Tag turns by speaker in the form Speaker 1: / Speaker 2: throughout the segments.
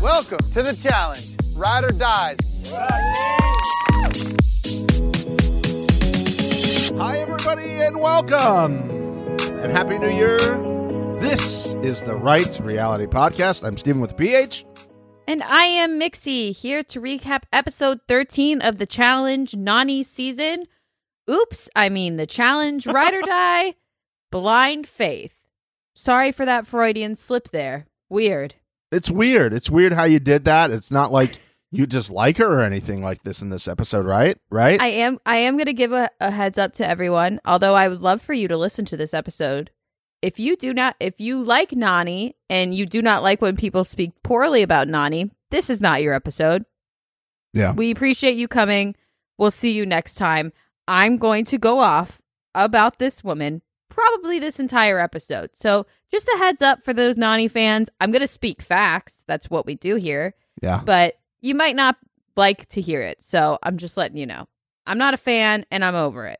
Speaker 1: Welcome to the challenge, Ride or Dies.
Speaker 2: Hi, everybody, and welcome. And Happy New Year. This is the Right Reality Podcast. I'm Stephen with a PH.
Speaker 3: And I am Mixie here to recap episode 13 of the challenge Nani season. Oops, I mean the challenge Ride or Die Blind Faith. Sorry for that Freudian slip there. Weird.
Speaker 2: It's weird. It's weird how you did that. It's not like you dislike her or anything like this in this episode, right? Right?
Speaker 3: I am I am gonna give a, a heads up to everyone, although I would love for you to listen to this episode. If you do not if you like Nani and you do not like when people speak poorly about Nani, this is not your episode.
Speaker 2: yeah.
Speaker 3: We appreciate you coming. We'll see you next time. I'm going to go off about this woman probably this entire episode. So, just a heads up for those Nani fans, I'm going to speak facts. That's what we do here,
Speaker 2: Yeah.
Speaker 3: but you might not like to hear it. So, I'm just letting you know. I'm not a fan and I'm over it.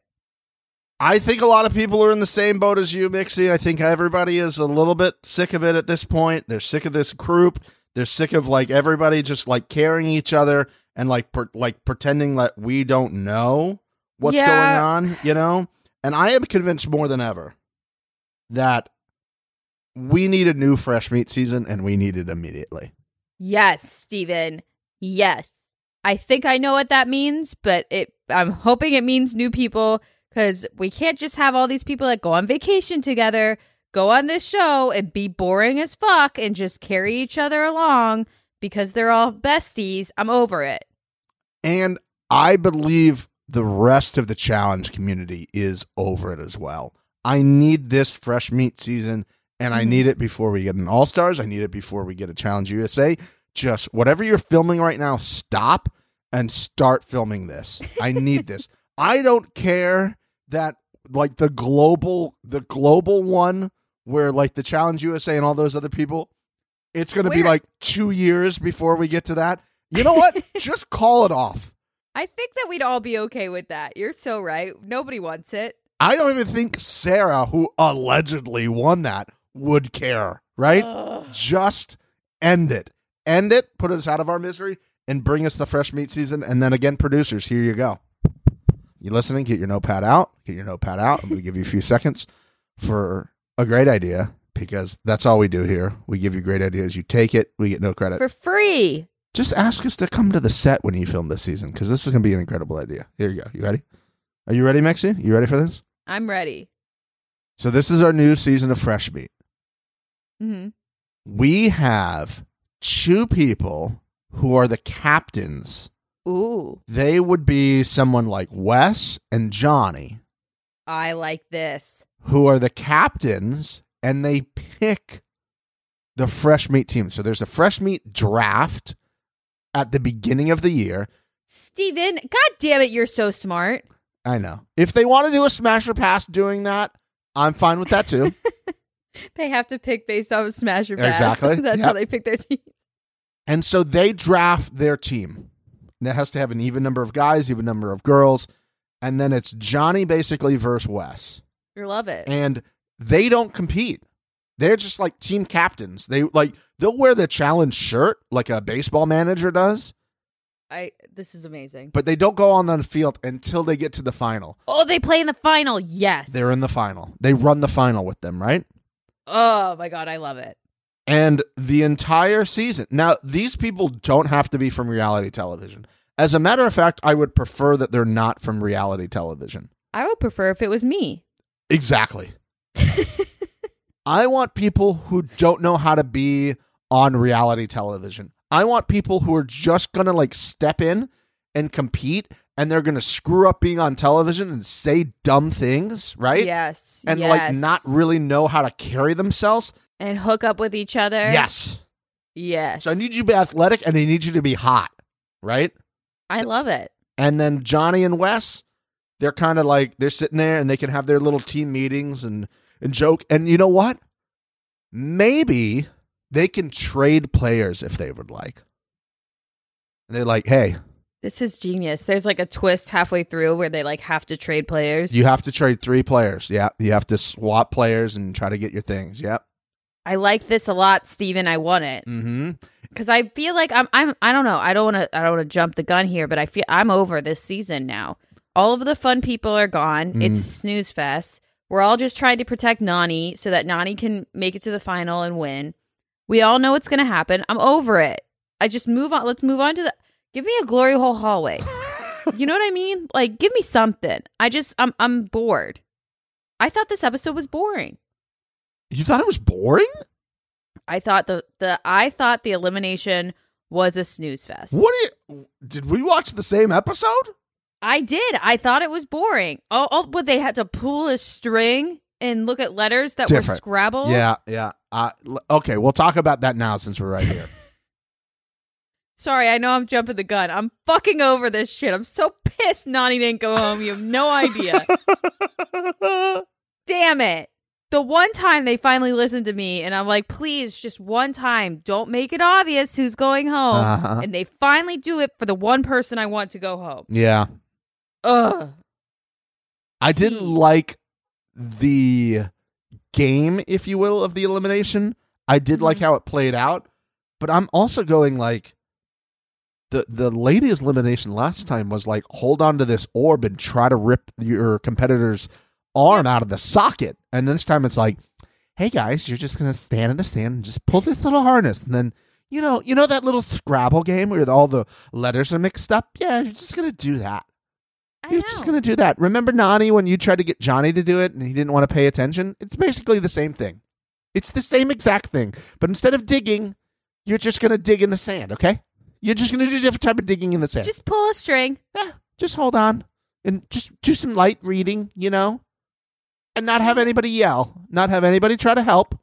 Speaker 2: I think a lot of people are in the same boat as you, Mixie. I think everybody is a little bit sick of it at this point. They're sick of this group. They're sick of like everybody just like carrying each other and like per- like pretending that we don't know what's
Speaker 3: Yeah.
Speaker 2: going on, you know? And I am convinced more than ever that we need a new fresh meat season and we need it immediately.
Speaker 3: Yes, Steven. Yes. I think I know what that means, but it I'm hoping it means new people cuz we can't just have all these people that go on vacation together, go on this show and be boring as fuck and just carry each other along because they're all besties. I'm over it.
Speaker 2: And I believe the rest of the challenge community is over it as well. I need this fresh meat season, and I
Speaker 3: Mhm.
Speaker 2: need it before we get an All Stars. I need it before we get a Challenge USA. Just whatever you're filming right now, stop and start filming this. I need this. I don't care that like the global the global one where like the Challenge USA and all those other people, it's gonna be
Speaker 3: Where-
Speaker 2: like two years before we get to that. You know what? Just call it off.
Speaker 3: I think that we'd all be okay with that. You're so right. Nobody wants it.
Speaker 2: I don't even think Sarah, who allegedly won that, would care, right?
Speaker 3: Ugh.
Speaker 2: Just end it. End it, put us out of our misery, and bring us the fresh meat season. And then again, producers, here you go. You listening? Get your notepad out. Get your notepad out. I'm going to give you a few seconds for a great idea because that's all we do here. We give you great ideas. You take it, we get no credit.
Speaker 3: For free.
Speaker 2: Just ask us to come to the set when you film this season because this is going to be an incredible idea. Here you go. You ready? Are you ready, Mexi? You ready for this?
Speaker 3: I'm ready.
Speaker 2: So this is our new season of Fresh Meat.
Speaker 3: Mhm.
Speaker 2: We have two people who are the captains.
Speaker 3: Ooh,
Speaker 2: They would be someone like Wes and Johnny,
Speaker 3: I like this.
Speaker 2: who are the captains, and they pick the fresh meat team. So there's a fresh meat draft at the beginning of the year.
Speaker 3: Steven, god damn it, you're so smart.
Speaker 2: I know. If they want to do a smasher pass doing that, I'm fine with that too.
Speaker 3: They have to pick based off of Smash or Pass.
Speaker 2: Exactly.
Speaker 3: That's
Speaker 2: Yep.
Speaker 3: how they pick their team.
Speaker 2: And so they draft their team. That has to have an even number of guys, even number of girls. And then it's Johnny basically versus Wes.
Speaker 3: You love it.
Speaker 2: And they don't compete. They're just like team captains. They like they'll wear the challenge shirt like a baseball manager does,
Speaker 3: I this is amazing.
Speaker 2: but they don't go on the field until they get to the final.
Speaker 3: Oh, they play in the final. Yes.
Speaker 2: They're in the final. They run the final with them, right?
Speaker 3: oh my god, I love it.
Speaker 2: and the entire season. Now, these people don't have to be from reality television. As a matter of fact, I would prefer that they're not from reality television.
Speaker 3: I would prefer if it was me.
Speaker 2: Exactly. I want people who don't know how to be on reality television. I want people who are just going to like step in and compete and they're going to screw up being on television and say dumb things, right?
Speaker 3: Yes.
Speaker 2: And like
Speaker 3: yes.
Speaker 2: not really know how to carry themselves.
Speaker 3: and hook up with each other.
Speaker 2: Yes.
Speaker 3: Yes.
Speaker 2: So I need you to be athletic and I need you to be hot, right?
Speaker 3: I love it.
Speaker 2: And then Johnny and Wes, they're kind of like they're sitting there and they can have their little team meetings and and joke. And you know what? Maybe they can trade players if they would like. And they're like, "Hey,
Speaker 3: This is genius. There's like a twist halfway through where they like have to trade players.
Speaker 2: you have to trade three players. Yeah, you have to swap players and try to get your things. Yep.
Speaker 3: I like this a lot, Steven. I want it
Speaker 2: Mm-hmm.
Speaker 3: because I feel like I'm I'm I don't know I don't want to I don't want to jump the gun here, but I feel I'm over this season now. All of the fun people are gone. It's snooze fest. We're all just trying to protect Nani so that Nani can make it to the final and win. We all know what's going to happen. I'm over it. I just move on. Let's move on to the. Give me a glory hole hallway. you know what I mean? Like, give me something. I just I'm I'm bored. I thought this episode was boring.
Speaker 2: You thought it was boring?
Speaker 3: I thought the the I thought the elimination was a snooze fest.
Speaker 2: What do you- did we watch the same episode?
Speaker 3: I did. I thought it was boring. Oh, oh but they had to pull a string and look at letters that were
Speaker 2: Different.
Speaker 3: Scrabble.
Speaker 2: Yeah, yeah. Uh, l- okay, we'll talk about that now since we're right here.
Speaker 3: Sorry, I know I'm jumping the gun. I'm fucking over this shit. I'm so pissed Nani didn't go home. You have no idea. Damn it. The one time they finally listened to me, and I'm like, please, just one time, don't make it obvious who's going home.
Speaker 2: Uh-huh.
Speaker 3: And they finally do it for the one person I want to go home.
Speaker 2: Yeah.
Speaker 3: Ugh.
Speaker 2: I didn't
Speaker 3: Jeez.
Speaker 2: like the game, if you will, of the elimination. I did like
Speaker 3: Mhm.
Speaker 2: how it played out, but I'm also going like the the ladies' elimination last time was like hold on to this orb and try to rip your competitor's arm out of the socket, and this time it's like, hey guys, you're just gonna stand in the sand and just pull this little harness, and then. You know, you know that little Scrabble game where all the letters are mixed up. Yeah, you're just gonna do that.
Speaker 3: I
Speaker 2: You're
Speaker 3: know.
Speaker 2: just going to do that. Remember Nani when you tried to get Johnny to do it and he didn't want to pay attention? It's basically the same thing. It's the same exact thing. But instead of digging, you're just going to dig in the sand, okay? You're just going to do a different type of digging in the sand. Just,
Speaker 3: just pull a string.
Speaker 2: just hold on and just do some light reading, you know? And not have anybody yell, not have anybody try to help.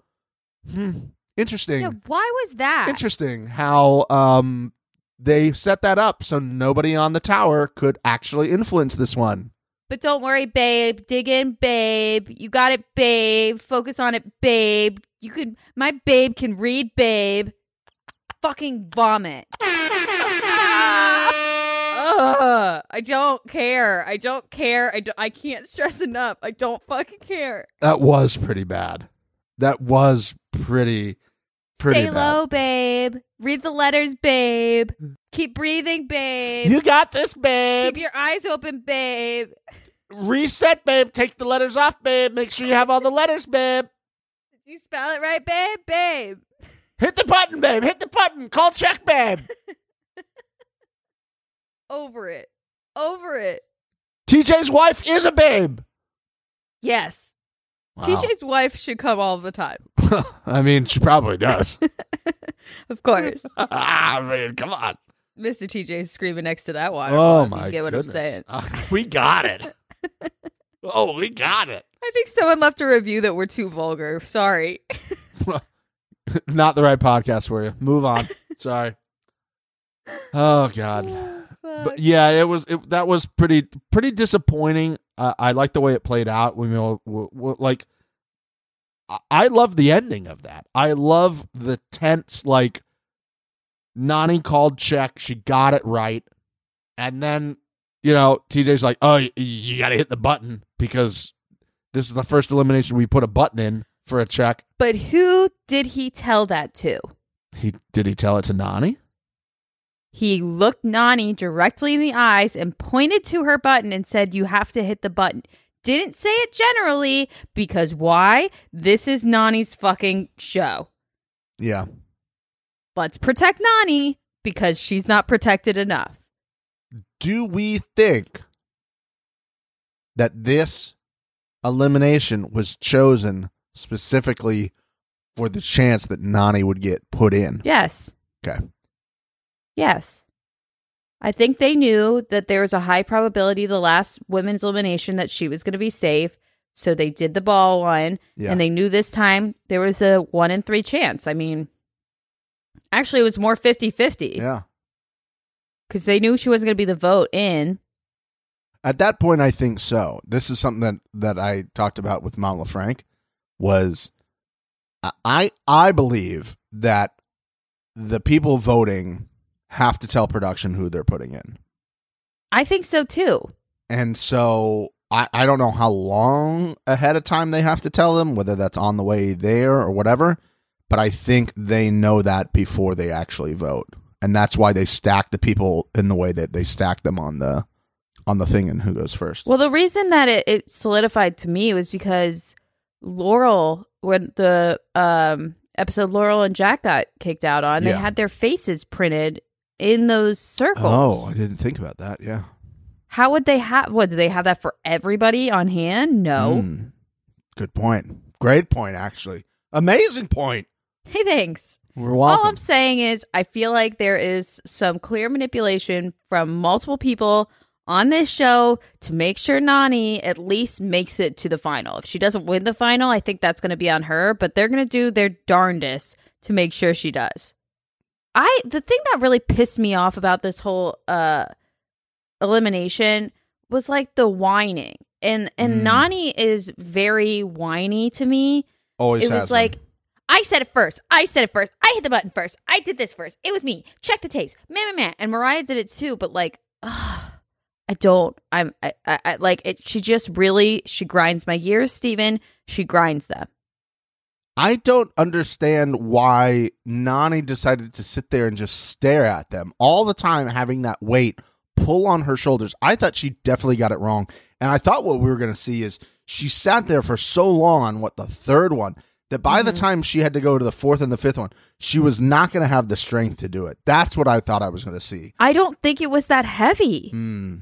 Speaker 2: Hmm. Interesting.
Speaker 3: Yeah, why was that?
Speaker 2: Interesting how um they set that up so nobody on the tower could actually influence this one.
Speaker 3: But don't worry, babe. Dig in, babe. You got it, babe. Focus on it, babe. You could my babe can read, babe. Fucking vomit. Ugh, I don't care. I don't care. I, do, I can't stress enough. I don't fucking care.
Speaker 2: That was pretty bad. That was pretty pretty
Speaker 3: Stay
Speaker 2: bad. Mm.
Speaker 3: low, babe. Read the letters, babe. Keep breathing, babe.
Speaker 2: You got this, babe.
Speaker 3: Keep your eyes open, babe.
Speaker 2: Reset, babe. Take the letters off, babe. Make sure you have all the letters, babe.
Speaker 3: Did you spell it right, babe? Babe.
Speaker 2: Hit the button, babe. Hit the button. Call check, babe.
Speaker 3: Over it. Over it.
Speaker 2: TJ's wife is a babe.
Speaker 3: Yes. TJ's wife should come all the time.
Speaker 2: I mean, she probably does.
Speaker 3: Of course.
Speaker 2: I mean, come on.
Speaker 3: Mr. TJ's screaming next to that waterfall.
Speaker 2: Oh
Speaker 3: if you
Speaker 2: my
Speaker 3: get what
Speaker 2: goodness.
Speaker 3: I'm saying.
Speaker 2: Uh, we got it. oh, we got it.
Speaker 3: I think someone left a review that we're too vulgar. Sorry.
Speaker 2: Not the right podcast for you. Move on. Sorry. Oh God.
Speaker 3: Fuck.
Speaker 2: But yeah, it was it, that was pretty pretty disappointing. Uh, I like the way it played out. We know w- w- like I- I love the ending of that. I love the tense like Nani called check, she got it right. And then, you know, TJ's like, "Oh, y- you got to hit the button because this is the first elimination we put a button in for a check."
Speaker 3: But who did he tell that to?
Speaker 2: He did he tell it to Nani?
Speaker 3: He looked Nani directly in the eyes and pointed to her button and said, You have to hit the button. Didn't say it generally because why? This is Nani's fucking show.
Speaker 2: Yeah.
Speaker 3: Let's protect Nani because she's not protected enough.
Speaker 2: do we think that this elimination was chosen specifically for the chance that Nani would get put in?
Speaker 3: Yes.
Speaker 2: Okay.
Speaker 3: Yes. I think they knew that there was a high probability the last women's elimination that she was going to be safe. So they did the ball one.
Speaker 2: Yeah.
Speaker 3: And they knew this time there was a one in three chance. I mean, actually, it was more 50 50
Speaker 2: yeah.
Speaker 3: because they knew she wasn't going to be the vote in.
Speaker 2: At that point, I think so. This is something that, that I talked about with Mount LaFranc was I- I I believe that the people voting have to tell production who they're putting in.
Speaker 3: I think so too.
Speaker 2: And so I, I don't know how long ahead of time they have to tell them, whether that's on the way there or whatever. but I think they know that before they actually vote, and that's why they stack the people in the way that they stack them on the on the thing and who goes first.
Speaker 3: Well, the reason that it, it solidified to me was because Laurel, when the um, episode Laurel and Jack got kicked out on, they
Speaker 2: Yeah.
Speaker 3: had their faces printed in those circles.
Speaker 2: oh, I didn't think about that. Yeah.
Speaker 3: How would they have? What do they have that for everybody on hand? No.
Speaker 2: Mm. Good point. Great point, actually. Amazing point.
Speaker 3: Hey, thanks.
Speaker 2: We're
Speaker 3: All I'm
Speaker 2: welcome.
Speaker 3: saying is, I feel like there is some clear manipulation from multiple people on this show to make sure Nani at least makes it to the final. If she doesn't win the final, I think that's going to be on her, but they're going to do their darndest to make sure she does. I the thing that really pissed me off about this whole uh elimination was like the whining. And and
Speaker 2: Mm.
Speaker 3: Nani is very whiny to me
Speaker 2: Always
Speaker 3: it
Speaker 2: has
Speaker 3: was
Speaker 2: been.
Speaker 3: like I said it first. I said it first. I hit the button first. I did this first. It was me. Check the tapes. Man, man, man. And Mariah did it too. But like, ugh, I don't. I'm. I, I, I like it. She just really. She grinds my gears, Steven. She grinds them.
Speaker 2: I don't understand why Nani decided to sit there and just stare at them all the time, having that weight pull on her shoulders. I thought she definitely got it wrong. And I thought what we were going to see is she sat there for so long on what the third one that by the time she had to go to the fourth and the fifth one, she was not going to have the strength to do it. That's what I thought I was going to see.
Speaker 3: I don't think it was that heavy.
Speaker 2: Hmm.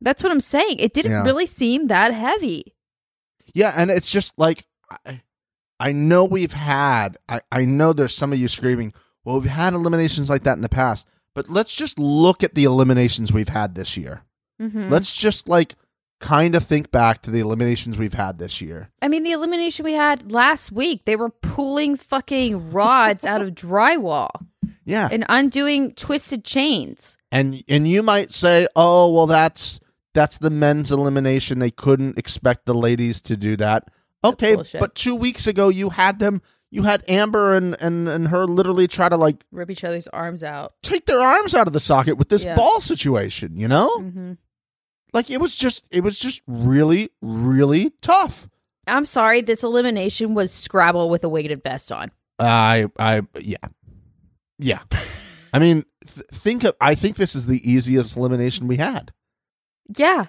Speaker 3: That's what I'm saying. It didn't
Speaker 2: Yeah.
Speaker 3: really seem that heavy.
Speaker 2: Yeah, and it's just like I, I know we've had I, I know there's some of you screaming, well, we've had eliminations like that in the past, but let's just look at the eliminations we've had this year.
Speaker 3: Mm-hmm.
Speaker 2: Let's just like kind of think back to the eliminations we've had this year.
Speaker 3: I mean, the elimination we had last week, they were pulling fucking rods out of drywall
Speaker 2: Yeah.
Speaker 3: and undoing twisted chains.
Speaker 2: And and you might say, "Oh, well that's that's the men's elimination. They couldn't expect the ladies to do that." Okay,
Speaker 3: bullshit.
Speaker 2: but 2 weeks ago you had them you had Amber and and and her literally try to like
Speaker 3: rip each other's arms out.
Speaker 2: take their arms out of the socket with this
Speaker 3: Yeah.
Speaker 2: ball situation, you know?
Speaker 3: Mm-hmm.
Speaker 2: Like it was just it was just really really tough.
Speaker 3: I'm sorry, this elimination was Scrabble with a weighted vest on.
Speaker 2: I I yeah. Yeah. I mean, th- think of I think this is the easiest elimination we had.
Speaker 3: Yeah.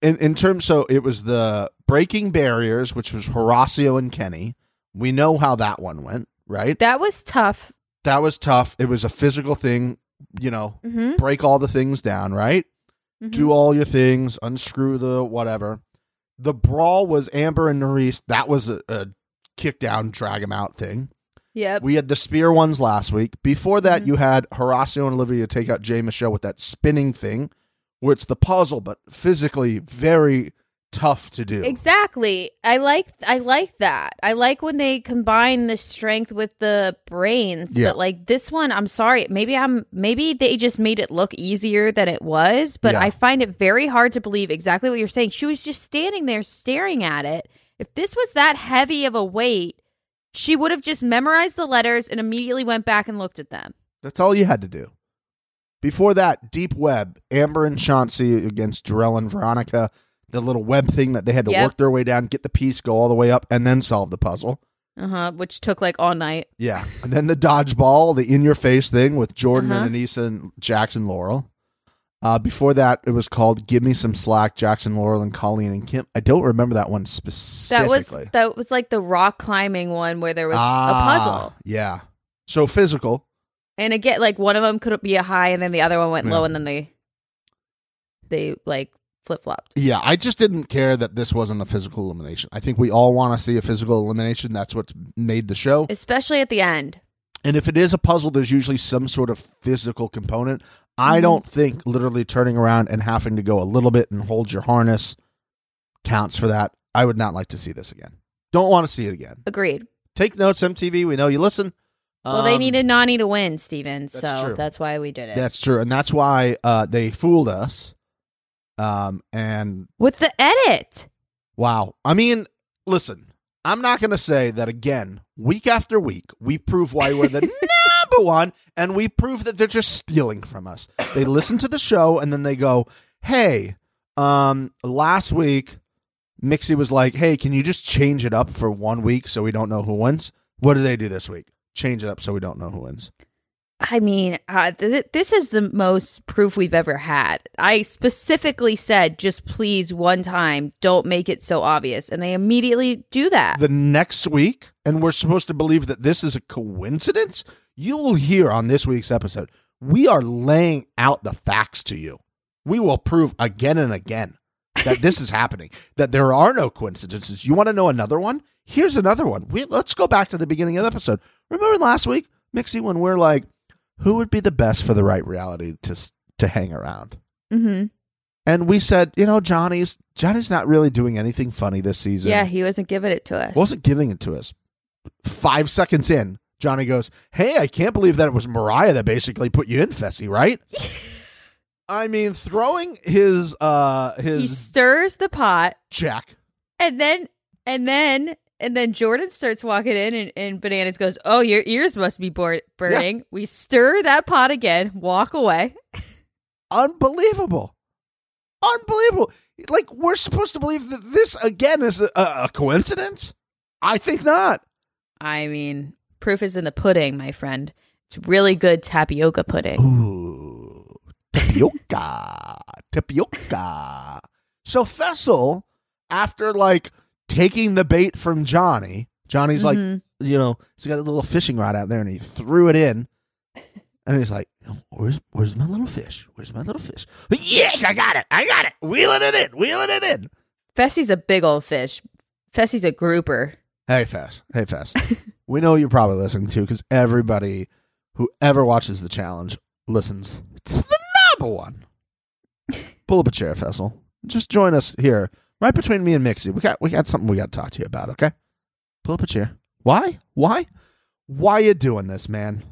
Speaker 2: In in terms so it was the breaking barriers, which was Horacio and Kenny. We know how that one went, right?
Speaker 3: That was tough.
Speaker 2: That was tough. It was a physical thing, you know,
Speaker 3: Mm-hmm.
Speaker 2: break all the things down, right? do all your things, unscrew the whatever. The brawl was Amber and Nerys. That was a, a kick down, drag him out thing.
Speaker 3: Yep.
Speaker 2: We had the spear ones last week. Before that,
Speaker 3: Mhm.
Speaker 2: you had Horacio and Olivia take out Jay Michelle with that spinning thing, where it's the puzzle, but physically very tough to do.
Speaker 3: Exactly. I like I like that. I like when they combine the strength with the brains.
Speaker 2: Yeah.
Speaker 3: But like this one, I'm sorry. Maybe I'm maybe they just made it look easier than it was, but
Speaker 2: Yeah.
Speaker 3: I find it very hard to believe exactly what you're saying. She was just standing there staring at it. If this was that heavy of a weight, she would have just memorized the letters and immediately went back and looked at them.
Speaker 2: That's all you had to do. Before that, Deep Web, Amber and Chauncey against Jarrell and Veronica, the little web thing that they had to
Speaker 3: Yep.
Speaker 2: work their way down, get the piece, go all the way up, and then solve the puzzle.
Speaker 3: Uh-huh, which took like all night.
Speaker 2: Yeah. And then the dodgeball, the in your face thing with Jordan
Speaker 3: Uh-huh.
Speaker 2: and Anissa and Jackson Laurel. Uh, before that, it was called Give Me Some Slack, Jackson Laurel and Colleen and Kim. I don't remember that one
Speaker 3: That
Speaker 2: specifically.
Speaker 3: was that was like the rock climbing one where there was
Speaker 2: Ah,
Speaker 3: a puzzle.
Speaker 2: Yeah. So physical.
Speaker 3: And again, like one of them could be a high, and then the other one went
Speaker 2: Yeah.
Speaker 3: low, and then they they like flip flopped.
Speaker 2: Yeah. I just didn't care that this wasn't a physical elimination. I think we all want to see a physical elimination. That's what's made the show.
Speaker 3: Especially at the end,
Speaker 2: And if it is a puzzle, there's usually some sort of physical component. I
Speaker 3: Mm-hmm.
Speaker 2: don't think literally turning around and having to go a little bit and hold your harness counts for that. I would not like to see this again. Don't want to see it again.
Speaker 3: agreed.
Speaker 2: Take notes, MTV. We know you listen.
Speaker 3: Well, they
Speaker 2: Um,
Speaker 3: needed Nani to win, Steven, so
Speaker 2: true.
Speaker 3: that's why we did it
Speaker 2: That's true, and that's why uh, they fooled us. Um, and
Speaker 3: with the edit.
Speaker 2: wow, I mean, listen, I'm not going to say that again. Week after week, we prove why we're the number one, and we prove that they're just stealing from us. They listen to the show and then they go, "Hey, um, last week Mixie was like, "Hey, can you just change it up for one week so we don't know who wins?" What do they do this week? Change it up so we don't know who wins.
Speaker 3: I mean, uh, th- this is the most proof we've ever had. I specifically said, just please, one time, don't make it so obvious. And they immediately do that.
Speaker 2: The next week, and we're supposed to believe that this is a coincidence, you will hear on this week's episode. We are laying out the facts to you. We will prove again and again that this is happening, that there are no coincidences. You want to know another one? Here's another one. We, let's go back to the beginning of the episode. Remember last week, Mixie, when we're like, who would be the best for the right reality to, s- to hang around?
Speaker 3: hmm
Speaker 2: And we said, you know, Johnny's Johnny's not really doing anything funny this season.
Speaker 3: Yeah, he wasn't giving it to us.
Speaker 2: wasn't giving it to us. Five seconds in, Johnny goes, "Hey, I can't believe that it was Mariah that basically put you in, Fessy, right?" I mean, throwing his uh
Speaker 3: he
Speaker 2: his
Speaker 3: stirs the pot
Speaker 2: jack.
Speaker 3: and then and then and then Jordan starts walking in and, and bananas goes, Oh, your ears must be bur- burning. We stir that pot again, walk away.
Speaker 2: Unbelievable. Unbelievable. Like we're supposed to believe that this again is a, a coincidence? I think not.
Speaker 3: I mean, proof is in the pudding, my friend. It's really good tapioca pudding.
Speaker 2: Ooh, tapioca, tapioca. So Fessel, after like taking the bait from Johnny, Johnny's like,
Speaker 3: Mhm.
Speaker 2: you know, he's got a little fishing rod out there, and he threw it in, and he's like, "Where's, where's my little fish? Where's my little fish? Yes, I got it, I got it. Wheeling it in, wheeling it in."
Speaker 3: Fessy's a big old fish. Fessy's a grouper.
Speaker 2: Hey, Fess. Hey, Fess. we know you're probably listening to because everybody who ever watches the challenge listens to the number one. Pull up a chair, Fessel. Just join us here, right between me and Mixie. We got we got something we got to talk to you about. Okay, pull up a chair. Why? Why? Why you doing this, man?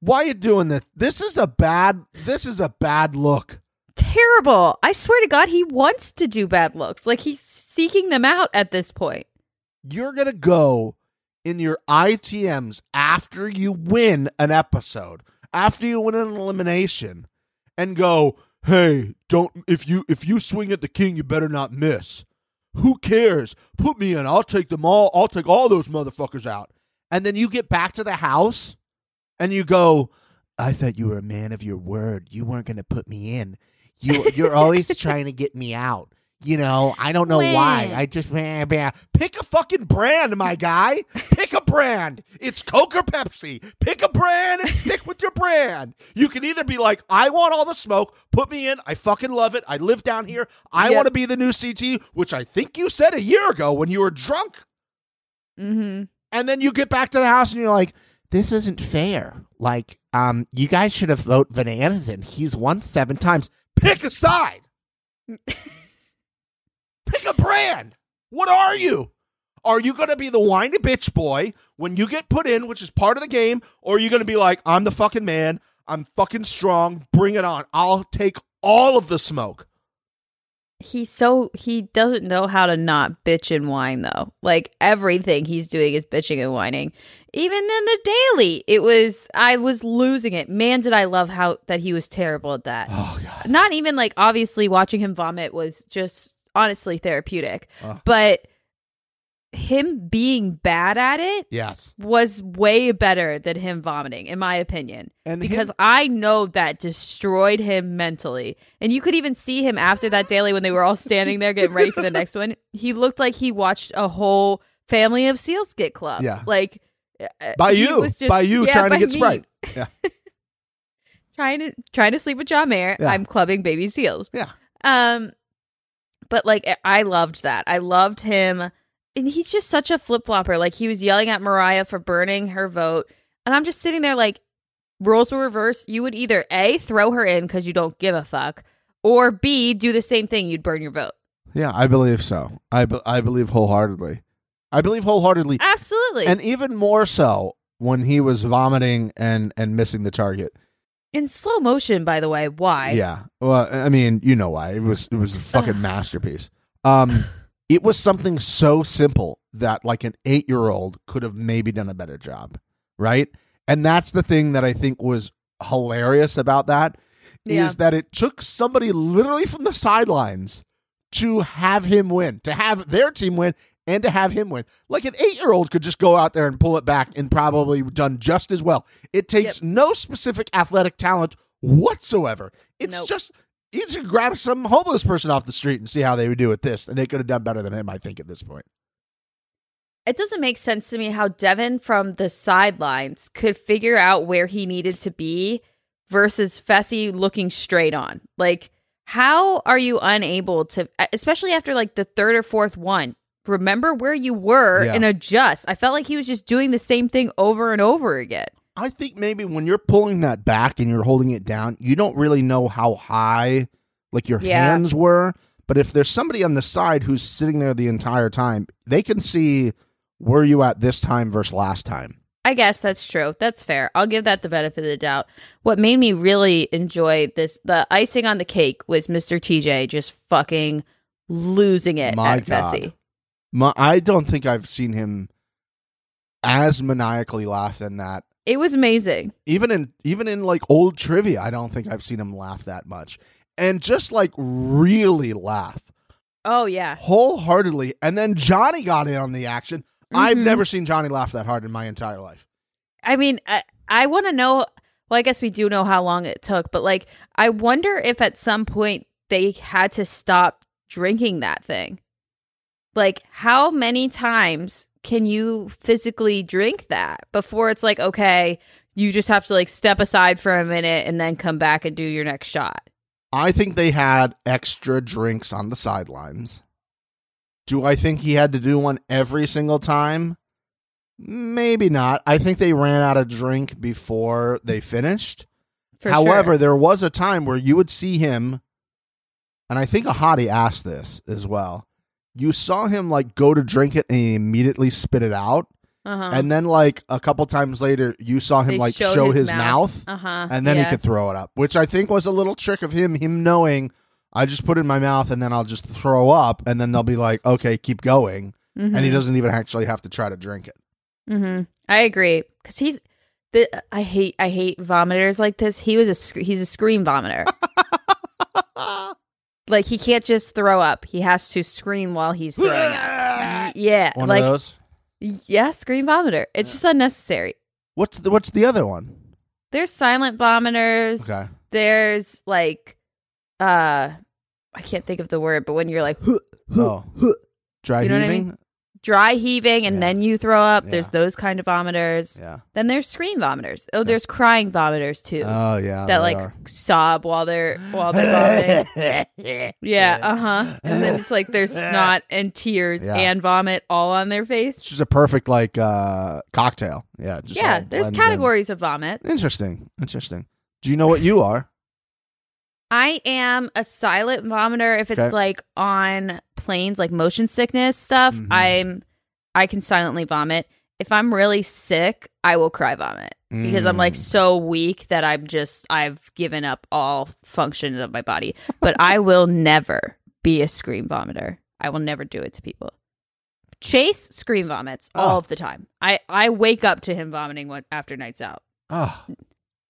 Speaker 2: Why you doing this? This is a bad. This is a bad look.
Speaker 3: Terrible. I swear to God, he wants to do bad looks. Like he's seeking them out at this point.
Speaker 2: you're going to go in your ITMs after you win an episode, after you win an elimination, and go, "Hey, don't if you if you swing at the king, you better not miss. Who cares? Put me in. I'll take them all. I'll take all those motherfuckers out." And then you get back to the house and you go, "I thought you were a man of your word. You weren't going to put me in. You you're always trying to get me out." You know, I don't know why.
Speaker 3: Wait.
Speaker 2: I just blah, blah. pick a fucking brand, my guy. Pick a brand. It's Coke or Pepsi. Pick a brand and stick with your brand. You can either be like, I want all the smoke. Put me in. I fucking love it. I live down here. I
Speaker 3: Yep.
Speaker 2: want to be the new CT, which I think you said a year ago when you were drunk.
Speaker 3: Mm-hmm.
Speaker 2: And then you get back to the house and you're like, this isn't fair. Like, um, you guys should have voted Bananas in. He's won seven times. Pick a side. Pick a brand. What are you? Are you going to be the whiny bitch boy when you get put in, which is part of the game, or are you going to be like, I'm the fucking man. I'm fucking strong. Bring it on. I'll take all of the smoke.
Speaker 3: He's so he doesn't know how to not bitch and whine though. Like everything he's doing is bitching and whining. Even in the daily, it was I was losing it. Man, did I love how that he was terrible at that.
Speaker 2: Oh, God.
Speaker 3: Not even like obviously watching him vomit was just honestly therapeutic,
Speaker 2: Ugh.
Speaker 3: but him being bad at it
Speaker 2: Yes.
Speaker 3: was way better than him vomiting, in my opinion.
Speaker 2: And
Speaker 3: because
Speaker 2: him-
Speaker 3: I know that destroyed him mentally. And you could even see him after that daily when they were all standing there getting ready for the next one. He looked like he watched a whole family of SEALs get clubbed.
Speaker 2: Yeah.
Speaker 3: Like
Speaker 2: By
Speaker 3: Uh, he
Speaker 2: you.
Speaker 3: was just-
Speaker 2: by you
Speaker 3: yeah,
Speaker 2: trying
Speaker 3: by
Speaker 2: to get
Speaker 3: me.
Speaker 2: Sprite. Yeah.
Speaker 3: trying to trying to sleep with John Mayer.
Speaker 2: Yeah.
Speaker 3: I'm clubbing baby seals.
Speaker 2: Yeah.
Speaker 3: Um but like I- I loved that. I loved him and he's just such a flip-flopper. Like he was yelling at Mariah for burning her vote. And I'm just sitting there like roles were reversed. You would either A throw her in cuz you don't give a fuck or B do the same thing, you'd burn your vote.
Speaker 2: Yeah, I believe so. I, be- I believe wholeheartedly. I believe wholeheartedly.
Speaker 3: Absolutely.
Speaker 2: And
Speaker 3: And,
Speaker 2: even more so when he was vomiting and, and missing the target.
Speaker 3: in slow motion by the way. Why?
Speaker 2: yeah. Well, I mean, you know why. It was it was a fucking masterpiece. Um it was something so simple that like an 8-year-old could have maybe done a better job, right? And that's the thing that I think was hilarious about that is
Speaker 3: Yeah.
Speaker 2: that it took somebody literally from the sidelines to have him win, to have their team win and to have him win. Like an eight year old could just go out there and pull it back and probably done just as well. It takes no specific athletic talent whatsoever. It's
Speaker 3: Nope.
Speaker 2: just you should grab some homeless person off the street and see how they would do with this, and they could have done better than him, I think, at this point.
Speaker 3: It doesn't make sense to me how Devin from the sidelines could figure out where he needed to be versus Fessy looking straight on. Like, how are you unable to, especially after like the third or fourth one? Remember where you were
Speaker 2: Yeah.
Speaker 3: and adjust. I felt like he was just doing the same thing over and over again.
Speaker 2: I think maybe when you're pulling that back and you're holding it down, you don't really know how high like your
Speaker 3: Yeah.
Speaker 2: hands were. But if there's somebody on the side who's sitting there the entire time, they can see were you at this time versus last time.
Speaker 3: I guess that's true. That's fair. I'll give that the benefit of the doubt. What made me really enjoy this, the icing on the cake, was Mr. TJ just fucking losing it
Speaker 2: My
Speaker 3: at
Speaker 2: God.
Speaker 3: Fessy.
Speaker 2: My, I don't think I've seen him as maniacally laugh than that.
Speaker 3: It was amazing.
Speaker 2: Even in even in like old trivia, I don't think I've seen him laugh that much. And just like really laugh
Speaker 3: Oh yeah.
Speaker 2: wholeheartedly. And then Johnny got in on the action. I've
Speaker 3: Mhm.
Speaker 2: never seen Johnny laugh that hard in my entire life.
Speaker 3: I mean, I, I want to know. Well, I guess we do know how long it took, but like, I wonder if at some point they had to stop drinking that thing. Like, how many times can you physically drink that before it's like, okay, you just have to like step aside for a minute and then come back and do your next shot?
Speaker 2: I think they had extra drinks on the sidelines. Do I think he had to do one every single time? Maybe not. I think they ran out of drink before they finished.
Speaker 3: For sure.
Speaker 2: However, there was a time where you would see him, and I think a hottie asked this as well. You saw him like go to drink it and he immediately spit it out.
Speaker 3: uh-huh.
Speaker 2: And then, like, a couple times later, you saw him
Speaker 3: They
Speaker 2: like
Speaker 3: showed
Speaker 2: show
Speaker 3: his
Speaker 2: his, mouth.
Speaker 3: mouth. uh-huh.
Speaker 2: and then
Speaker 3: yeah.
Speaker 2: he could throw it up, which I think was a little trick of him, him knowing I just put it in my mouth and then I'll just throw up, and then they'll be like, okay, keep going, and he doesn't even actually have to try to drink it.
Speaker 3: Mm-hmm. I agree because he's the I hate I hate vomiters like this. He was a sc- he's a scream vomiter. like he can't just throw up; he has to scream while he's throwing up. Y- Yeah,
Speaker 2: One of
Speaker 3: like
Speaker 2: those.
Speaker 3: yeah, scream vomiter. It's just unnecessary.
Speaker 2: What's the what's the other one?
Speaker 3: There's silent vomiters.
Speaker 2: Okay,
Speaker 3: There's like, uh, I can't think of the word, but when you're like
Speaker 2: oh, dry
Speaker 3: You know what I
Speaker 2: heaving.
Speaker 3: mean? dry heaving and
Speaker 2: Yeah.
Speaker 3: then you throw up, there's
Speaker 2: Yeah.
Speaker 3: those kind of vomiters.
Speaker 2: Yeah.
Speaker 3: Then there's scream vomiters. Oh, there's crying vomiters too.
Speaker 2: Oh yeah.
Speaker 3: that
Speaker 2: they
Speaker 3: like
Speaker 2: are.
Speaker 3: sob while they're while they're vomiting. Yeah, uh huh. And then it's like there's snot and tears
Speaker 2: Yeah.
Speaker 3: and vomit all on their
Speaker 2: It's
Speaker 3: face.
Speaker 2: just a perfect like uh cocktail. Yeah. Just
Speaker 3: yeah,
Speaker 2: all
Speaker 3: there's
Speaker 2: blends in.
Speaker 3: categories of vomit.
Speaker 2: Interesting. Interesting. Do you know what you are?
Speaker 3: I am a silent vomiter if it's
Speaker 2: Okay.
Speaker 3: like on planes, like motion sickness stuff.
Speaker 2: Mhm.
Speaker 3: I'm I can silently vomit. If I'm really sick, I will cry vomit because I'm like
Speaker 2: Mm.
Speaker 3: so weak that I'm just I've given up all functions of my body. But I will never be a scream vomiter. I will never do it to people. Chase scream vomits all
Speaker 2: Oh.
Speaker 3: of the time. I I wake up to him vomiting when, after nights out.
Speaker 2: Oh.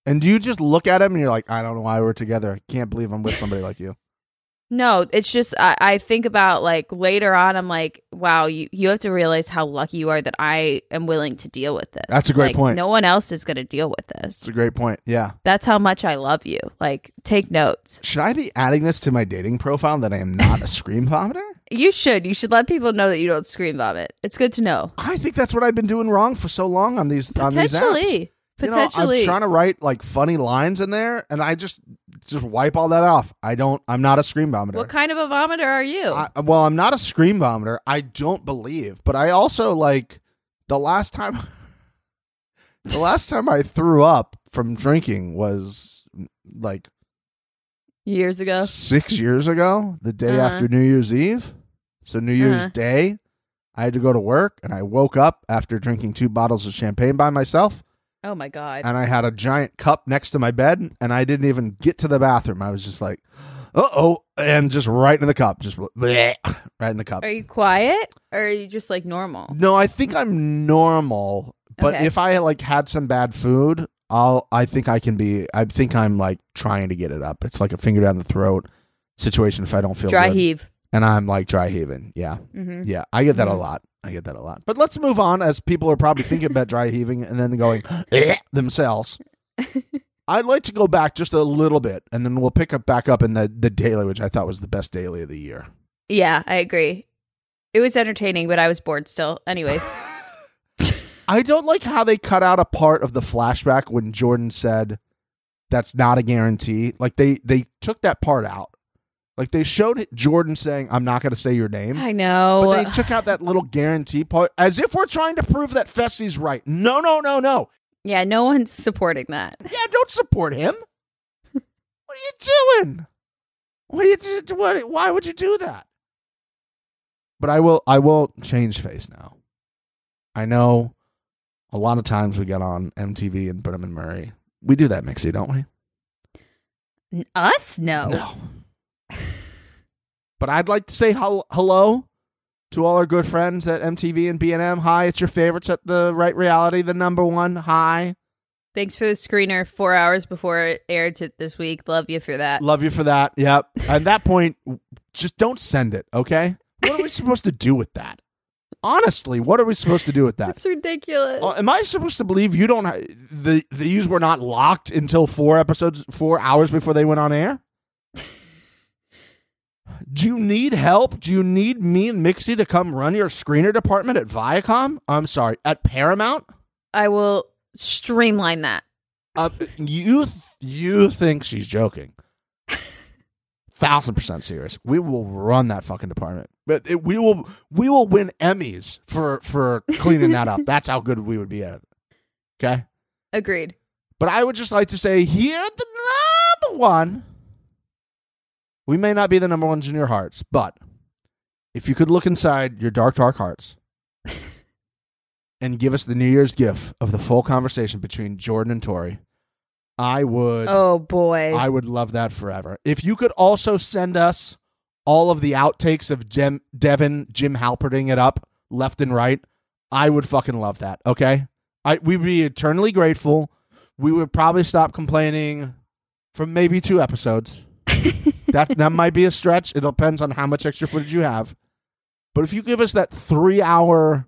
Speaker 2: And do you just look at him and you're like, I don't know why we're together. I can't believe I'm with somebody like you.
Speaker 3: No, it's just I, I think about like later on. I'm like, wow, you you have to realize how lucky you are that I am willing to deal with this.
Speaker 2: That's a great
Speaker 3: Like,
Speaker 2: point.
Speaker 3: No one else is going to deal with
Speaker 2: It's
Speaker 3: this.
Speaker 2: a great point. Yeah.
Speaker 3: That's how much I love you. Like, take notes.
Speaker 2: Should I be adding this to my dating profile that I am not a scream vomiter?
Speaker 3: You should. You should let people know that you don't scream vomit. It's good to know.
Speaker 2: I think that's what I've been doing wrong for so long on these on these apps.
Speaker 3: Potentially.
Speaker 2: You know,
Speaker 3: Potentially.
Speaker 2: I'm trying to write like funny lines in there, and I just just wipe all that off. I don't. I'm not a scream vomiter.
Speaker 3: what kind of a vomiter are you?
Speaker 2: I, well, I'm not a scream vomiter. I don't believe, but I also like the last time. the last time I threw up from drinking was like
Speaker 3: Years ago.
Speaker 2: six years ago, the day
Speaker 3: Uh-huh.
Speaker 2: after New Year's Eve. So New Year's
Speaker 3: Uh-huh.
Speaker 2: Day, I had to go to work, and I woke up after drinking two bottles of champagne by myself,
Speaker 3: Oh my god.
Speaker 2: and I had a giant cup next to my bed, and I didn't even get to the bathroom. I was just like, "Uh oh," and just right into the cup, just bleh, right in the cup.
Speaker 3: Are you quiet or are you just like normal?
Speaker 2: No, I think I'm normal, but
Speaker 3: Okay.
Speaker 2: if I like had some bad food, I'll I think I can be I think I'm like trying to get it up. It's like a finger down the throat situation if I don't feel
Speaker 3: Dry
Speaker 2: good.
Speaker 3: heave.
Speaker 2: And I'm like Dry Haven. Yeah.
Speaker 3: Mm-hmm.
Speaker 2: Yeah. I get that a
Speaker 3: Mhm.
Speaker 2: lot. I get that a lot. But let's move on as people are probably thinking about dry heaving and then going "Eh," themselves. I'd like to go back just a little bit and then we'll pick up back up in the, the daily, which I thought was the best daily of the year.
Speaker 3: Yeah, I agree. It was entertaining, but I was bored still. Anyways,
Speaker 2: I don't like how they cut out a part of the flashback when Jordan said that's not a guarantee. Like they they took that part out. Like they showed it- Jordan saying I'm not going to say your name.
Speaker 3: I know.
Speaker 2: But they took out that little guarantee part as if we're trying to prove that Fessy's right. No, no, no, no.
Speaker 3: yeah, no one's supporting that.
Speaker 2: Yeah, don't support him. What are you doing? What are you do- what, why would you do that? But I will I will change face now. I know a lot of times we get on MTV and Brenham and Murray. We do that, Mixie, don't we?
Speaker 3: N- Us? No.
Speaker 2: No. but I'd like to say hel- hello to all our good friends at MTV and B&M. Hi, it's your favorites at the right reality, the number one. Hi.
Speaker 3: Thanks for the screener four hours before it aired to this week. Love you for that.
Speaker 2: Love you for that. Yep. At that point, just don't send it, okay? What are we supposed to do with that? Honestly, what are we supposed to do with that?
Speaker 3: That's ridiculous.
Speaker 2: Uh, am I supposed to believe you don't ha- the these were not locked until 4 episodes 4 hours before they went on air? do you need help? Do you need me and Mixie to come run your screener department at Viacom? I'm sorry, at Paramount?
Speaker 3: I will streamline that.
Speaker 2: Uh, you th- you think she's joking? Thousand percent serious. We will run that fucking department, but it, we will we will win Emmys for for cleaning that up. That's how good we would be at it. Okay,
Speaker 3: Agreed.
Speaker 2: but I would just like to say here at the number one. We may not be the number ones in your hearts, but if you could look inside your dark, dark hearts and give us the New Year's gift of the full conversation between Jordan and Tori, I would.
Speaker 3: Oh boy.
Speaker 2: I would love that forever. If you could also send us all of the outtakes of Jim, Devin, Jim Halperding it up left and right, I would fucking love that. Okay, I we'd be eternally grateful. We would probably stop complaining for maybe two episodes. that that might be a stretch. It depends on how much extra footage you have. But if you give us that three hour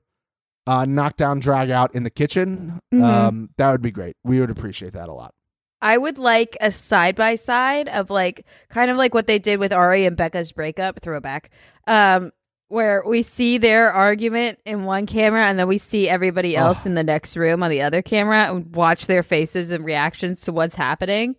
Speaker 2: uh, knockdown drag out in the kitchen,
Speaker 3: Mhm.
Speaker 2: um, that would be great. We would appreciate that a lot.
Speaker 3: I would like a side by side of like kind of like what they did with Ari and Becca's breakup throwback, um, where we see their argument in one camera and then we see everybody else in the next room on the other camera and watch their faces and reactions to what's happening.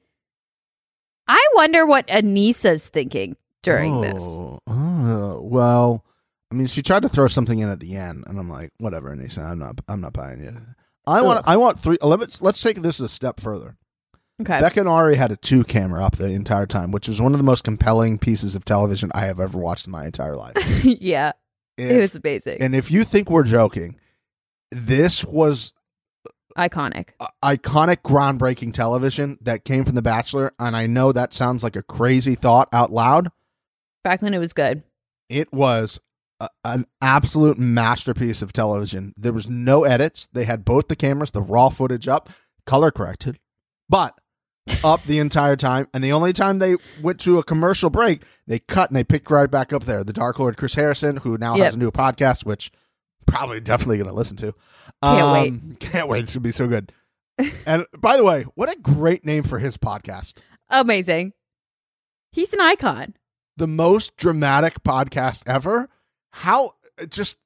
Speaker 3: I wonder what Anissa's thinking during this.
Speaker 2: Oh, oh, well, I mean, she tried to throw something in at the end, and I'm like, whatever, Anissa, I'm not, I'm not buying you. I
Speaker 3: Ugh.
Speaker 2: want, I want three. Let's let's take this a step further.
Speaker 3: Okay.
Speaker 2: Becca and Ari had a two camera up the entire time, which was one of the most compelling pieces of television I have ever watched in my entire life.
Speaker 3: yeah. it
Speaker 2: If-
Speaker 3: was amazing.
Speaker 2: and if you think we're joking, this was
Speaker 3: Iconic.
Speaker 2: uh, iconic, groundbreaking television that came from The Bachelor. And I know that sounds like a crazy thought out loud,
Speaker 3: Back when it was good.
Speaker 2: it was a, an absolute masterpiece of television. There was no edits. They had both the cameras, the raw footage up, color corrected, but up the entire time. And the only time they went to a commercial break, they cut and they picked right back up there. The Dark Lord Chris Harrison, who now
Speaker 3: Yep.
Speaker 2: has a new podcast, which probably definitely going to listen to.
Speaker 3: Can't
Speaker 2: wait! Can't wait! It's going to be so good. and by the way, what a great name for his podcast.
Speaker 3: Amazing. He's an icon.
Speaker 2: The most dramatic podcast ever. How just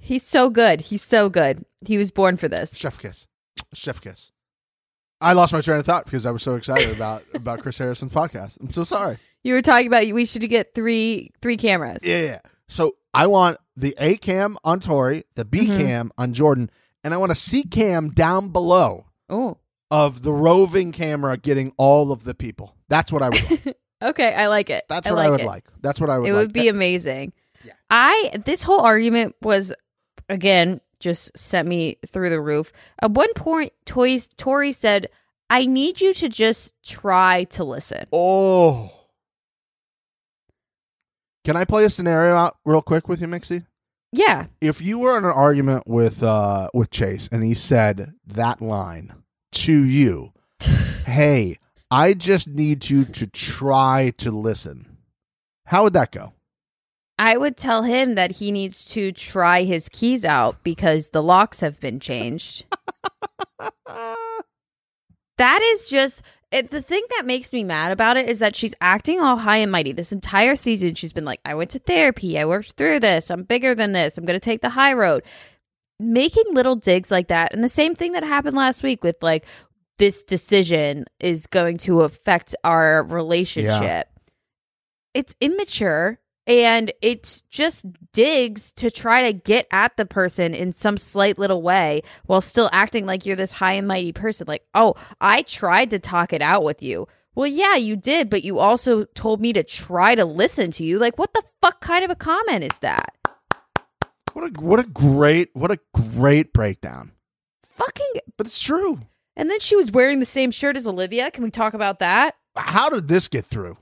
Speaker 3: He's so good. He's so good. He was born for this.
Speaker 2: Chef kiss. Chef kiss. I lost my train of thought because I was so excited about about Chris Harrison's podcast. I'm so sorry.
Speaker 3: You were talking about we should get three three cameras.
Speaker 2: Yeah, yeah. So I want the A cam on Tori, the B
Speaker 3: Mhm.
Speaker 2: cam on Jordan, and I want a C cam down below
Speaker 3: Oh,
Speaker 2: of the roving camera getting all of the people. That's what I would. Like.
Speaker 3: okay. I like it.
Speaker 2: That's
Speaker 3: I
Speaker 2: what
Speaker 3: like
Speaker 2: I would
Speaker 3: it.
Speaker 2: like. That's what I would.
Speaker 3: it
Speaker 2: like.
Speaker 3: would be amazing.
Speaker 2: Yeah.
Speaker 3: I this whole argument was again just sent me through the roof. At one point, Toys Tori said, "I need you to just try to listen."
Speaker 2: Oh. Can I play a scenario out real quick with you, Mixie?
Speaker 3: Yeah.
Speaker 2: if you were in an argument with uh with Chase and he said that line to you, "Hey, I just need you to try to listen." How would that go?
Speaker 3: I would tell him that he needs to try his keys out because the locks have been changed. that is just it, the thing that makes me mad about it is that she's acting all high and mighty this entire season. She's been like, I went to therapy, I worked through this, I'm bigger than this, I'm going to take the high road. Making little digs like that, and the same thing that happened last week with like, this decision is going to affect our relationship. It's immature and it's just digs to try to get at the person in some slight little way while still acting like you're this high and mighty person. Like, oh, I tried to talk it out with you. Well, yeah, you did, but you also told me to try to listen to you. Like, what the fuck kind of a comment is that?
Speaker 2: What a what a great what a great breakdown.
Speaker 3: Fucking.
Speaker 2: But it's true.
Speaker 3: And then she was wearing the same shirt as Olivia. Can we talk about that?
Speaker 2: How did this get through?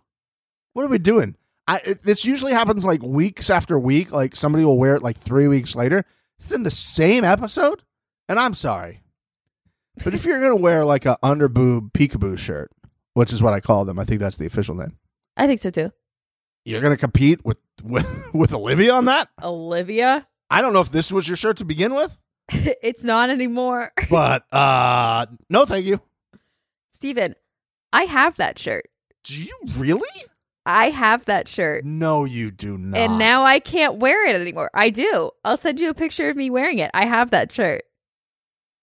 Speaker 2: What are we doing? I it, this usually happens like weeks after week. Like somebody will wear it like three weeks later. This is in the same episode, and I'm sorry, but if you're gonna wear like a underboob peekaboo shirt, which is what I call them, I think that's the official name.
Speaker 3: I think so too.
Speaker 2: You're gonna compete with with, with Olivia on that.
Speaker 3: Olivia?
Speaker 2: I don't know if this was your shirt to begin with,
Speaker 3: it's not anymore.
Speaker 2: but uh no, thank you.
Speaker 3: Steven, I have that shirt.
Speaker 2: Do you really?
Speaker 3: I have that shirt.
Speaker 2: No, you do not.
Speaker 3: And now I can't wear it anymore. I do. I'll send you a picture of me wearing it. I have that shirt.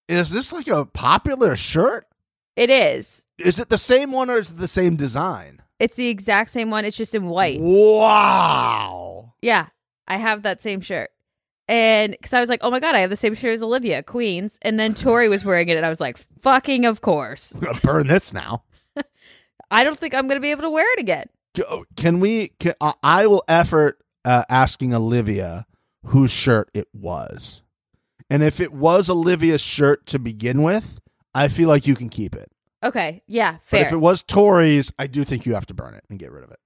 Speaker 2: is this like a popular shirt?
Speaker 3: It is.
Speaker 2: Is it the same one or is it the same design?
Speaker 3: It's the exact same one. It's just in white.
Speaker 2: Wow.
Speaker 3: Yeah, I have that same shirt. And because I was like, oh my God, I have the same shirt as Olivia, Queens. And then Tori was wearing it. And I was like, fucking, of course.
Speaker 2: I'm gonna burn this now.
Speaker 3: I don't think I'm going to be able to wear it again.
Speaker 2: Go- oh, Can we? Can, I I will effort uh, asking Olivia whose shirt it was, and if it was Olivia's shirt to begin with, I feel like you can keep it.
Speaker 3: Okay. Yeah.
Speaker 2: But
Speaker 3: Fair.
Speaker 2: if it was Tori's, I do think you have to burn it and get rid of it.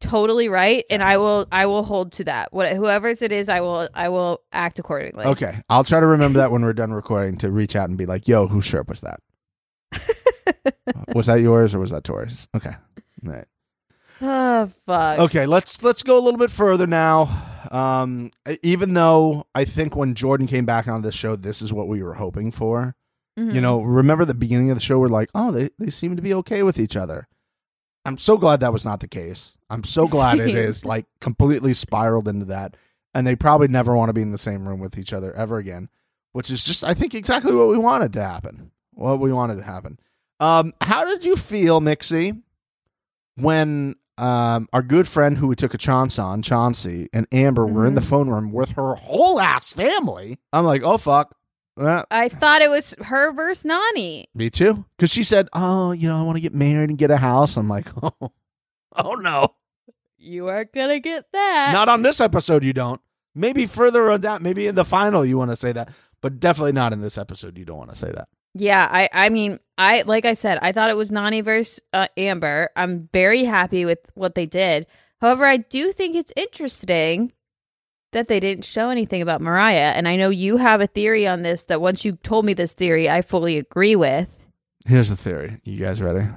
Speaker 3: totally right. And I will, I will hold to that. What, whoever's it is, I will, I will act accordingly.
Speaker 2: Okay, I'll try to remember that when we're done recording to reach out and be like, "Yo, whose shirt was that? was that yours or was that Tori's?" Okay, all right.
Speaker 3: Oh, fuck.
Speaker 2: Okay, let's let's go a little bit further now. Um, even though I think when Jordan came back on the show, this is what we were hoping for.
Speaker 3: Mhm.
Speaker 2: You know, remember the beginning of the show? We're like, oh, they they seem to be okay with each other. I'm so glad that was not the case. I'm so glad it
Speaker 3: Same.
Speaker 2: is like completely spiraled into that, and they probably never want to be in the same room with each other ever again, which is just I think exactly what we wanted to happen. What we wanted to happen. Um, how did you feel, Mixie? when um, our good friend who we took a chance on, Chauncey, and Amber were in the phone room with her whole ass family. I'm like, oh fuck. Uh,
Speaker 3: I thought it was her versus Nani.
Speaker 2: me too. Because she said, oh, you know, I want to get married and get a house. I'm like, oh, oh no.
Speaker 3: You aren't gonna get that.
Speaker 2: Not on this episode, you don't. Maybe further on that, maybe in the final, you want to say that, but definitely not in this episode. You don't want to say that.
Speaker 3: yeah, I I mean, I like I said, I thought it was Nani versus uh, Amber. I'm very happy with what they did. However, I do think it's interesting that they didn't show anything about Mariah, and I know you have a theory on this that once you told me this theory, I fully agree with.
Speaker 2: Here's the theory. You guys ready?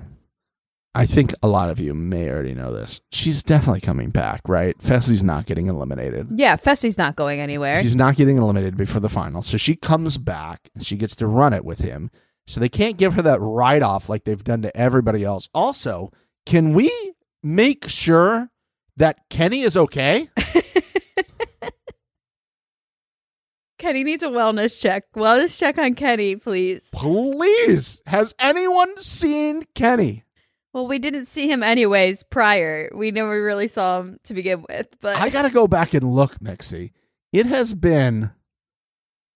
Speaker 2: I think a lot of you may already know this. She's definitely coming back, right? Fessy's not getting eliminated.
Speaker 3: Yeah, Fessy's not going anywhere.
Speaker 2: She's not getting eliminated before the final. So she comes back and she gets to run it with him. So they can't give her that write off like they've done to everybody else. Also, can we make sure that Kenny is okay?
Speaker 3: Kenny needs a wellness check. Wellness check on Kenny, please.
Speaker 2: Please. Has anyone seen Kenny?
Speaker 3: Well, we didn't see him anyways prior. We never really saw him to begin with, but
Speaker 2: I got to go back and look, Mixie. It has been.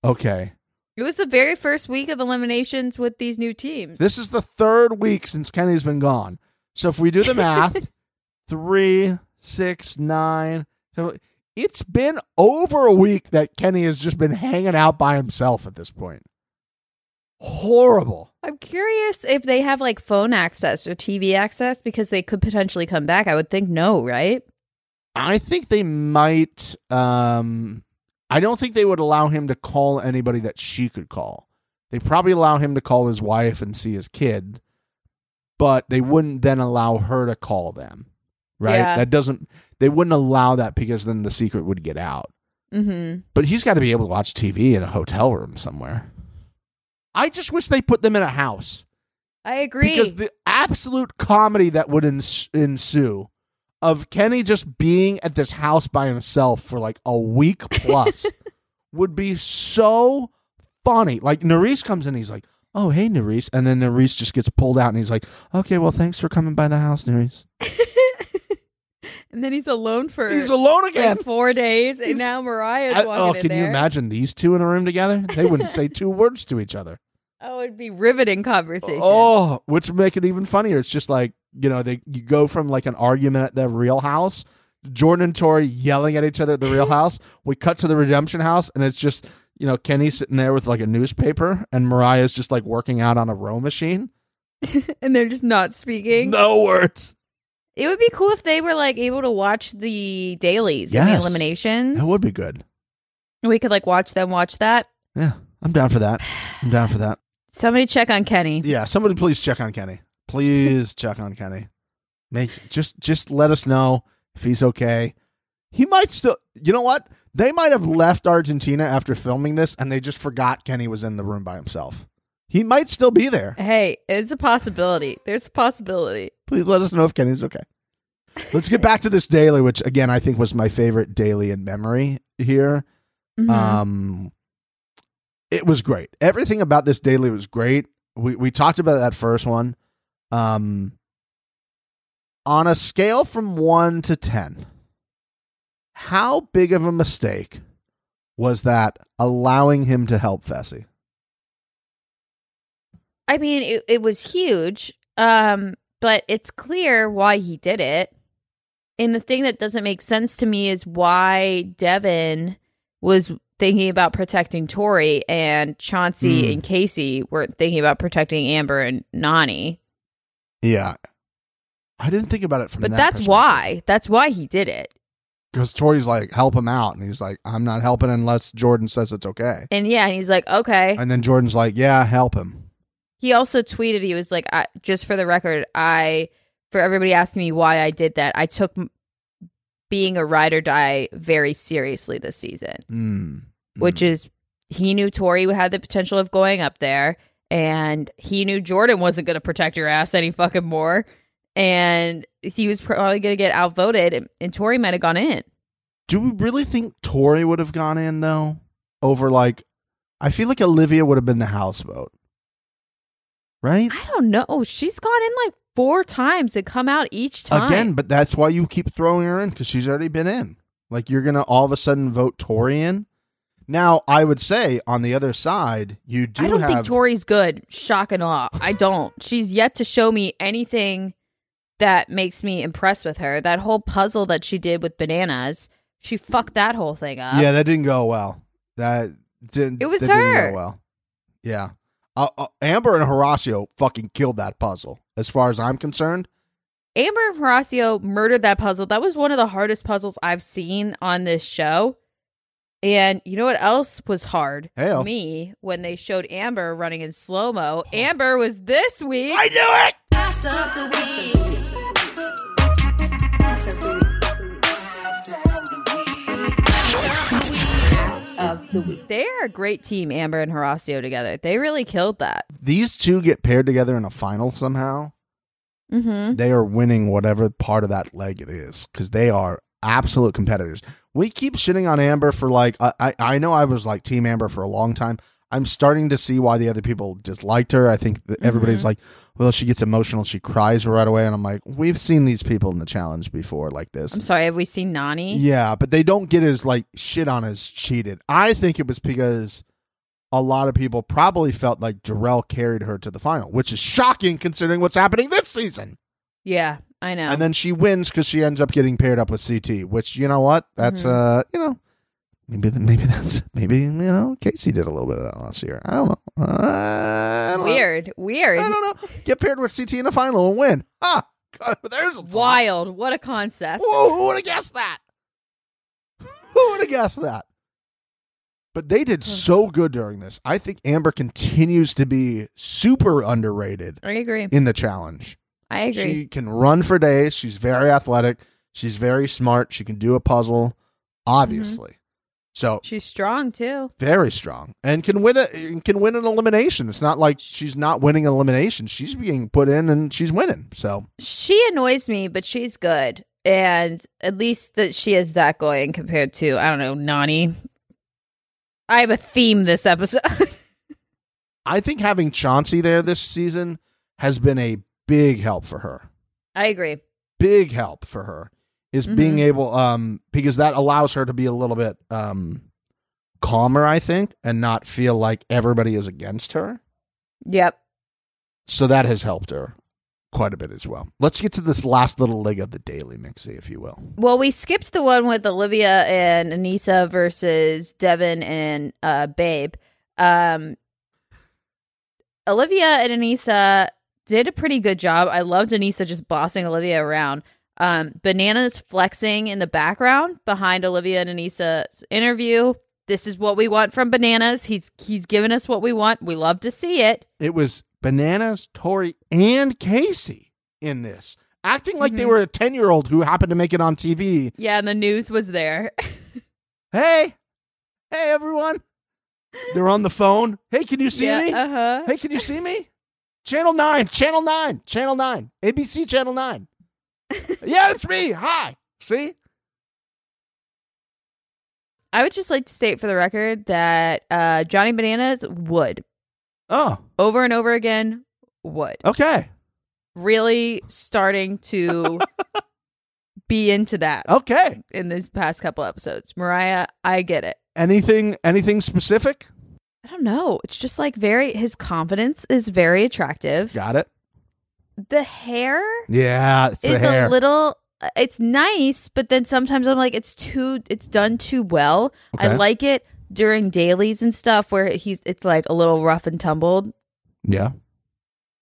Speaker 2: Okay.
Speaker 3: It was the very first week of eliminations with these new teams.
Speaker 2: This is the third week since Kenny's been gone. So if we do the math, three, six, nine. So it's been over a week that Kenny has just been hanging out by himself at this point. Horrible.
Speaker 3: I'm curious if they have like phone access or TV access because they could potentially come back. I would think no, right?
Speaker 2: I think they might. Um, I don't think they would allow him to call anybody that she could call. They probably allow him to call his wife and see his kid, but they wouldn't then allow her to call them. right?
Speaker 3: Yeah.
Speaker 2: That doesn't they wouldn't allow that because then the secret would get out.
Speaker 3: Mm-hmm.
Speaker 2: But he's got to be able to watch TV in a hotel room somewhere. I just wish they put them in a house
Speaker 3: I agree.
Speaker 2: because the absolute comedy that would ens- ensue of Kenny just being at this house by himself for like a week plus would be so funny. Like Nerys comes in, he's like, "Oh, hey, Nerys," and then Nerys just gets pulled out, and he's like, "Okay, well, thanks for coming by the house, Nerys."
Speaker 3: and then he's alone for
Speaker 2: He's alone again.
Speaker 3: like four days, and
Speaker 2: He's-
Speaker 3: now Mariah's
Speaker 2: I-
Speaker 3: walking
Speaker 2: oh,
Speaker 3: in
Speaker 2: can you
Speaker 3: there.
Speaker 2: imagine these two in a room together? They wouldn't say two words to each other.
Speaker 3: Oh, it'd be riveting conversation.
Speaker 2: Oh, which would make it even funnier. It's just like you know, they you go from like an argument at the Real House, Jordan and Tori yelling at each other at the Real House. We cut to the Redemption House, and it's just you know Kenny sitting there with like a newspaper, and Mariah's just like working out on a row machine.
Speaker 3: and they're just not speaking.
Speaker 2: No words.
Speaker 3: It would be cool if they were like able to watch the dailies and
Speaker 2: Yes.
Speaker 3: the eliminations.
Speaker 2: That would be good.
Speaker 3: We could like watch them watch that.
Speaker 2: Yeah, I'm down for that. I'm down for that.
Speaker 3: Somebody check on Kenny.
Speaker 2: Yeah, somebody please check on Kenny. Please check on Kenny. Make just just let us know if he's okay. He might still. You know what? They might have left Argentina after filming this, and they just forgot Kenny was in the room by himself. He might still be there.
Speaker 3: Hey, it's a possibility. There's a possibility.
Speaker 2: Please let us know if Kenny's okay. Let's get back to this daily, which again I think was my favorite daily in memory here.
Speaker 3: Mhm.
Speaker 2: Um, it was great. Everything about this daily was great. We we talked about that first one. Um, on a scale from one to ten, how big of a mistake was that allowing him to help Fessy?
Speaker 3: I mean, it, it was huge, um, but it's clear why he did it. And the thing that doesn't make sense to me is why Devin was thinking about protecting Tori and Chauncey
Speaker 2: Mm.
Speaker 3: and Casey were thinking about protecting Amber and Nani.
Speaker 2: Yeah, I didn't think about it from.
Speaker 3: But that's why. That's why he did it.
Speaker 2: because Tori's like help him out, and he's like, I'm not helping unless Jordan says it's okay.
Speaker 3: And yeah, and he's like, okay.
Speaker 2: And then Jordan's like, Yeah, help him.
Speaker 3: He also tweeted, he was like, I, just for the record, I, for everybody asking me why I did that, I took m- being a ride or die very seriously this season,
Speaker 2: Mm.
Speaker 3: which is he knew Tori had the potential of going up there, and he knew Jordan wasn't going to protect your ass any fucking more. And he was probably going to get outvoted, and, and Tori might have gone in.
Speaker 2: Do we really think Tori would have gone in though? Over like, I feel like Olivia would have been the house vote, right?
Speaker 3: I don't know. She's gone in like four times and come out each time.
Speaker 2: Again, but that's why you keep throwing her in because she's already been in. Like you're gonna all of a sudden vote Tori in. Now I would say on the other side, you do
Speaker 3: I don't
Speaker 2: have
Speaker 3: think Tori's good. Shock and awe. I don't. She's yet to show me anything that makes me impressed with her. That whole puzzle that she did with bananas, she fucked that whole thing up.
Speaker 2: yeah, that didn't go well. That didn't.
Speaker 3: It was
Speaker 2: that didn't go
Speaker 3: her.
Speaker 2: well, yeah. Uh, uh, Amber and Horacio fucking killed that puzzle. As far as I'm concerned,
Speaker 3: Amber and Horacio murdered that puzzle. That was one of the hardest puzzles I've seen on this show. And you know what else was hard?
Speaker 2: Hell.
Speaker 3: Me when they showed Amber running in slow mo. Amber was this week.
Speaker 2: Oh. I knew it.
Speaker 4: Pass up the week. Pass of the week. Pass of the week.
Speaker 3: they are a great team, Amber and Horacio together. They really killed that.
Speaker 2: these two get paired together in a final somehow,
Speaker 3: Mm-hmm.
Speaker 2: they are winning whatever part of that leg it is because they are absolute competitors. We keep shitting on Amber for like, I, I, I know I was like Team Amber for a long time. I'm starting to see why the other people disliked her. I think that everybody's like, well, she gets emotional. She cries right away. And I'm like, we've seen these people in the challenge before like this.
Speaker 3: I'm sorry, have we seen Nani?
Speaker 2: Yeah, but they don't get as like shit on as cheated. I think it was because a lot of people probably felt like Jarrell carried her to the final, which is shocking considering what's happening this season.
Speaker 3: Yeah, I know.
Speaker 2: And then she wins because she ends up getting paired up with CT, which you know what? That's
Speaker 3: Mm-hmm.
Speaker 2: uh, you know, maybe th- maybe that's maybe you know Casey did a little bit of that last year. I don't know. Uh, I don't know.
Speaker 3: weird, weird,
Speaker 2: I don't know. Get paired with CT in the final and win. Ah, God, there's a thought.
Speaker 3: wild. What a concept.
Speaker 2: Whoa, who would have guessed that? Who would have guessed that? But they did so good during this. I think Amber continues to be super underrated
Speaker 3: I agree.
Speaker 2: in the challenge.
Speaker 3: I agree.
Speaker 2: She can run for days. She's very athletic. She's very smart. She can do a puzzle,
Speaker 3: Mm-hmm.
Speaker 2: obviously. So
Speaker 3: She's strong too.
Speaker 2: very strong and can win a and can win an elimination. It's not like she's not winning an elimination. She's being put in and she's winning. So
Speaker 3: She annoys me, but she's good. And at least that she is that going compared to, I don't know, Nani. I have a theme this episode.
Speaker 2: I think having Chauncey there this season has been a big help for her.
Speaker 3: I agree.
Speaker 2: big help for her is being
Speaker 3: Mhm.
Speaker 2: able um because that allows her to be a little bit um calmer i think and not feel like everybody is against her
Speaker 3: Yep.
Speaker 2: so that has helped her quite a bit as well let's get to this last little leg of the daily mixie if you will
Speaker 3: Well, we skipped the one with Olivia and Anissa versus Devin and uh, Babe. Um, Olivia and Anissa did a pretty good job. I loved Anissa just bossing Olivia around. Um, Bananas flexing in the background behind Olivia and Anissa's interview. This is what we want from Bananas. He's he's given us what we want. We love to see it.
Speaker 2: it was bananas tori and casey in this acting like they
Speaker 3: Mhm.
Speaker 2: were a 10 year old who happened to make it on tv
Speaker 3: Yeah, and the news was there.
Speaker 2: hey hey everyone they're on the phone hey can you see
Speaker 3: yeah,
Speaker 2: me
Speaker 3: Uh-huh.
Speaker 2: Hey, can you see me? Channel 9, Channel 9, Channel 9, ABC Channel 9. yeah, it's me. Hi. See?
Speaker 3: I would just like to state for the record that uh, Johnny Bananas would
Speaker 2: Oh,
Speaker 3: over and over again would
Speaker 2: okay.
Speaker 3: really starting to be into that
Speaker 2: Okay.
Speaker 3: in these past couple episodes. Mariah, I get it.
Speaker 2: Anything anything specific?
Speaker 3: I don't know. It's just like very his confidence is very attractive.
Speaker 2: Got it.
Speaker 3: The hair
Speaker 2: Yeah, it's
Speaker 3: is a little uh, it's nice, but then sometimes I'm like it's too it's done too well. I
Speaker 2: Okay.
Speaker 3: like it during dailies and stuff where he's it's like a little rough and tumbled.
Speaker 2: yeah.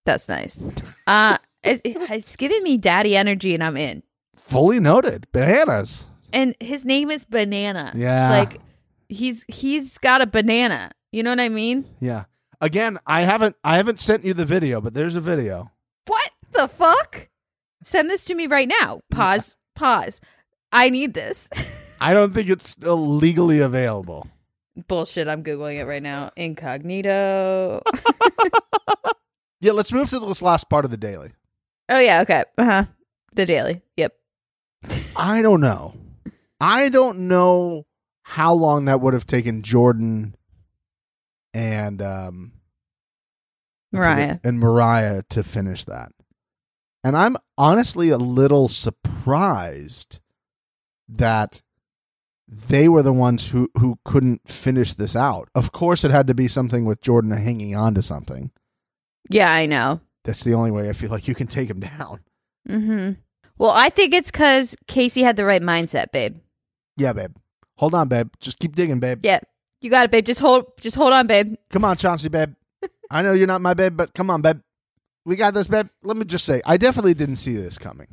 Speaker 3: That's nice. Uh, it, it- it's giving me daddy energy, and I'm in.
Speaker 2: Fully noted. Bananas.
Speaker 3: And his name is Banana.
Speaker 2: Yeah.
Speaker 3: like he's he's got a banana. You know what I mean?
Speaker 2: Yeah. Again, I haven't I haven't sent you the video, but there's a video.
Speaker 3: What the fuck? Send this to me right now. Pause. Pause. I need this.
Speaker 2: I don't think it's still legally available.
Speaker 3: Bullshit. I'm googling it right now. Incognito.
Speaker 2: Yeah, let's move to this last part of the daily.
Speaker 3: oh yeah. Okay. Uh huh. The Daily. Yep.
Speaker 2: I don't know. I don't know how long that would have taken Jordan and um I forget-
Speaker 3: Mariah.
Speaker 2: and Mariah to finish that. And I'm honestly a little surprised that they were the ones who who couldn't finish this out. Of course it had to be something with Jordan hanging on to something.
Speaker 3: Yeah, I know.
Speaker 2: That's the only way I feel like you can take him down.
Speaker 3: Mm-hmm. Well, I think it's because Casey had the right mindset, babe.
Speaker 2: Yeah, babe. Hold on, babe. Just keep digging, babe.
Speaker 3: Yeah. You got it, babe. Just hold just hold on, babe.
Speaker 2: Come on, Chauncey, babe. I know you're not my babe, but come on, babe. We got this, babe. Let me just say, I definitely didn't see this coming.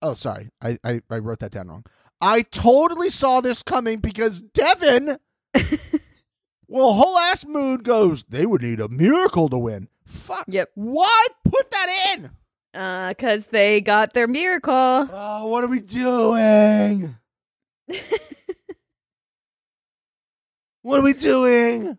Speaker 2: Oh, sorry. I, I, I wrote that down wrong. I totally saw this coming because Devin, well, whole ass mood goes, they would need a miracle to win. Fuck.
Speaker 3: Yep.
Speaker 2: Why put that in?
Speaker 3: Uh, cause they got their miracle.
Speaker 2: Oh, what are we doing? what are we doing?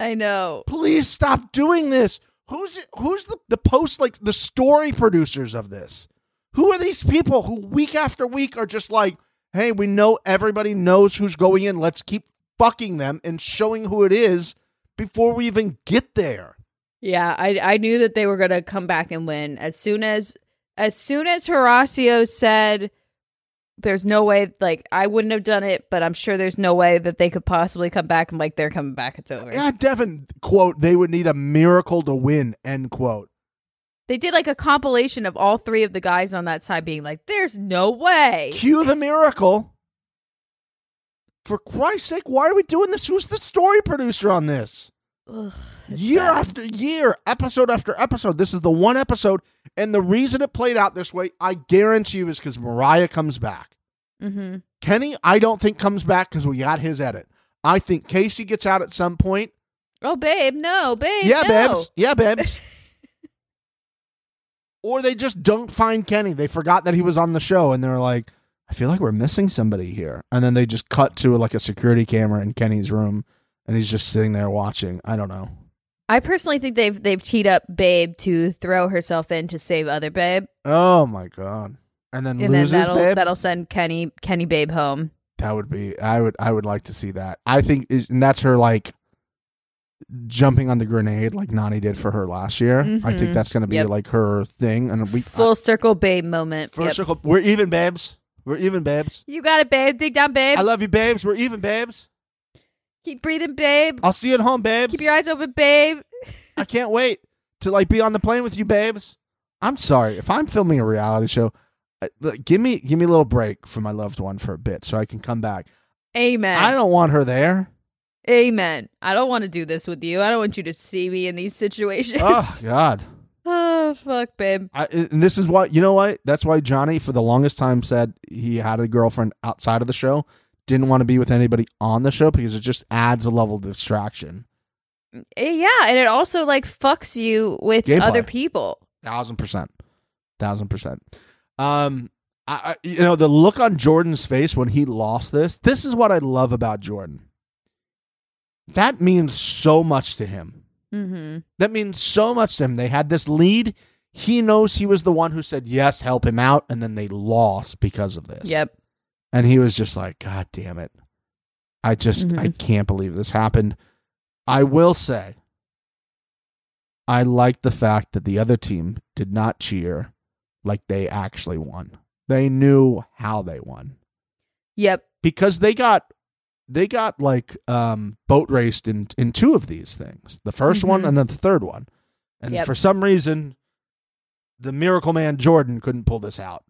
Speaker 3: I know.
Speaker 2: please stop doing this. Who's who's the, the post like the story producers of this? Who are these people who week after week are just like, hey, we know everybody knows who's going in. Let's keep fucking them and showing who it is before we even get there.
Speaker 3: Yeah, I I knew that they were gonna come back and win as soon as as soon as Horacio said there's no way like I wouldn't have done it, but I'm sure there's no way that they could possibly come back and like they're coming back, it's over.
Speaker 2: Yeah, Devin quote, they would need a miracle to win, end quote.
Speaker 3: They did like a compilation of all three of the guys on that side being like, There's no way.
Speaker 2: Cue the miracle. For Christ's sake, why are we doing this? Who's the story producer on this?
Speaker 3: Ugh, it's
Speaker 2: year
Speaker 3: bad.
Speaker 2: after year, episode after episode. This is the one episode, and the reason it played out this way, I guarantee you, is because Mariah comes back.
Speaker 3: Mm-hmm.
Speaker 2: Kenny, I don't think comes back because we got his edit. I think Casey gets out at some point.
Speaker 3: Oh babe, no, babe.
Speaker 2: yeah,
Speaker 3: no.
Speaker 2: babes. Yeah, babes. Or they just don't find Kenny. They forgot that he was on the show and they're like, I feel like we're missing somebody here. And then they just cut to like a security camera in Kenny's room and he's just sitting there watching. I don't know.
Speaker 3: I personally think they've they've teed up Babe to throw herself in to save other Babe,
Speaker 2: Oh my god. And then
Speaker 3: and
Speaker 2: loses
Speaker 3: then that'll
Speaker 2: babe.
Speaker 3: that'll send Kenny Kenny Babe home.
Speaker 2: That would be I would I would like to see that. I think is- and that's her like jumping on the grenade like Nani did for her last year. I think
Speaker 3: Mhm.
Speaker 2: that's going to be
Speaker 3: Yep.
Speaker 2: like her thing and we
Speaker 3: Full circle Babe moment.
Speaker 2: First
Speaker 3: Yep.
Speaker 2: circle. We're even, babes. We're even, babes.
Speaker 3: You got it, Babe. Dig down, Babe.
Speaker 2: I love you, babes. We're even, babes.
Speaker 3: Keep breathing, Babe.
Speaker 2: I'll see you at home, babes.
Speaker 3: Keep your eyes open, Babe.
Speaker 2: I can't wait to like be on the plane with you, babes. I'm sorry if I'm filming a reality show. I- Look, give me give me a little break for my loved one for a bit so I can come back.
Speaker 3: Amen.
Speaker 2: I don't want her there.
Speaker 3: Amen. I don't want to do this with you. I don't want you to see me in these situations. Oh,
Speaker 2: Oh God!
Speaker 3: fuck, Babe.
Speaker 2: I, and this is why you know what? That's why Johnny for the longest time said he had a girlfriend outside of the show. Didn't want to be with anybody on the show because it just adds a level of distraction.
Speaker 3: Eh, Yeah, and it also like fucks you with
Speaker 2: Gameplay.
Speaker 3: other people.
Speaker 2: thousand percent, thousand percent. Um, I, I you know the look on Jordan's face when he lost this. This is what I love about Jordan. That means so much to him.
Speaker 3: Mm-hmm.
Speaker 2: That means so much to him. They had this lead. He knows he was the one who said yes, help him out, and then they lost because of this.
Speaker 3: Yep.
Speaker 2: And he was just like, God damn it. I just, I can't believe this happened. I will say, I like the fact that the other team did not cheer like they actually won. They knew how they won
Speaker 3: Yep.
Speaker 2: because they got, they got like um, boat raced in, in two of these things the 1st one
Speaker 3: Mhm.
Speaker 2: and then the third one. And
Speaker 3: Yep.
Speaker 2: for some reason, the miracle man Jordan couldn't pull this out.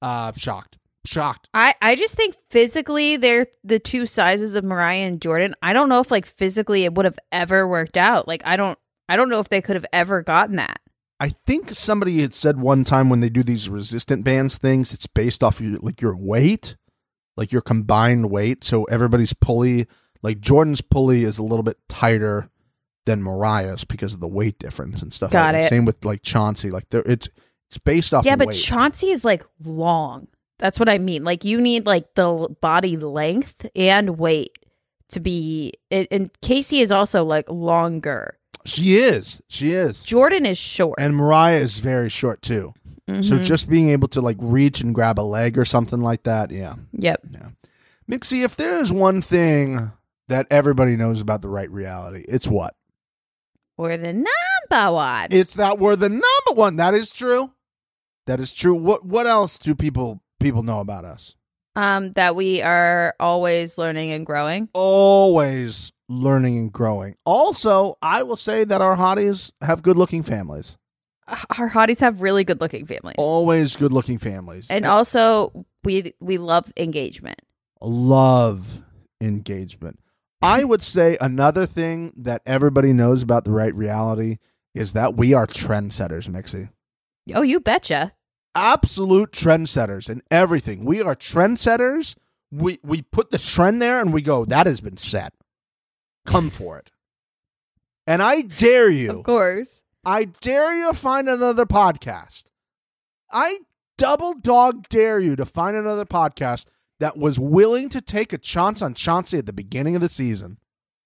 Speaker 2: Uh, shocked. Shocked.
Speaker 3: I, I just think physically they're the two sizes of Mariah and Jordan. I don't know if like physically it would have ever worked out. Like I don't I don't know if they could have ever gotten that.
Speaker 2: I think somebody had said one time when they do these resistant bands things, it's based off your like your weight, like your combined weight. So everybody's pulley, like Jordan's pulley, is a little bit tighter than Mariah's because of the weight difference and stuff.
Speaker 3: Got
Speaker 2: like that.
Speaker 3: it.
Speaker 2: Same with like Chauncey, like there, it's it's based off.
Speaker 3: yeah,
Speaker 2: your
Speaker 3: but
Speaker 2: weight.
Speaker 3: Chauncey is like long. That's what I mean. Like you need like the l- body length and weight to be and- and Casey is also like longer.
Speaker 2: she is, she is,
Speaker 3: Jordan is short.
Speaker 2: and Mariah is very short too. So
Speaker 3: Mhm.
Speaker 2: just being able to like reach and grab a leg or something like that, yeah.
Speaker 3: Yep.
Speaker 2: Mixie, if there is one thing that everybody knows about the right reality, it's what?
Speaker 3: Or the number one.
Speaker 2: It's that we're the number one. That is true. That is true. What what else do people people know about us?
Speaker 3: um that we are always learning and growing.
Speaker 2: Always learning and growing. Also, I will say that our hotties have good looking families.
Speaker 3: Uh, Our hotties have really good looking families.
Speaker 2: Always good looking families.
Speaker 3: and also we we love engagement.
Speaker 2: love engagement. I would say another thing that everybody knows about the right reality is that we are trendsetters, Mixie.
Speaker 3: Oh, you betcha.
Speaker 2: absolute trendsetters in everything. We are trendsetters. We we put the trend there and we go, that has been set. Come for it. And I dare you.
Speaker 3: Of course.
Speaker 2: I dare you to find another podcast. I double dog dare you to find another podcast that was willing to take a chance on Chauncey at the beginning of the season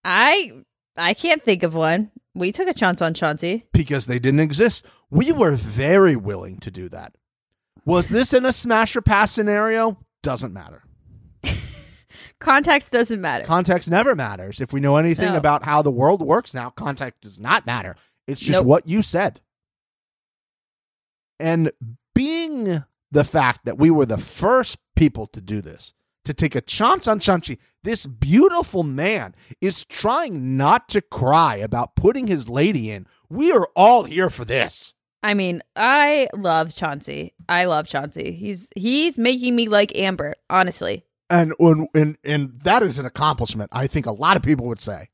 Speaker 3: I I can't think of one. We took a chance on Chauncey.
Speaker 2: because they didn't exist. We were very willing to do that. Was this in a smash or pass scenario? Doesn't matter.
Speaker 3: Context doesn't matter.
Speaker 2: Context never matters. If we know anything
Speaker 3: No.
Speaker 2: about how the world works now, context does not matter. It's just
Speaker 3: Nope.
Speaker 2: what you said. And being the fact that we were the first people to do this, to take a chance on Shang-Chi, this beautiful man is trying not to cry about putting his lady in. We are all here for this.
Speaker 3: I mean, I love Chauncey. I love Chauncey. He's he's making me like Amber, honestly.
Speaker 2: And, and, and, and that is an accomplishment, I think a lot of people would say.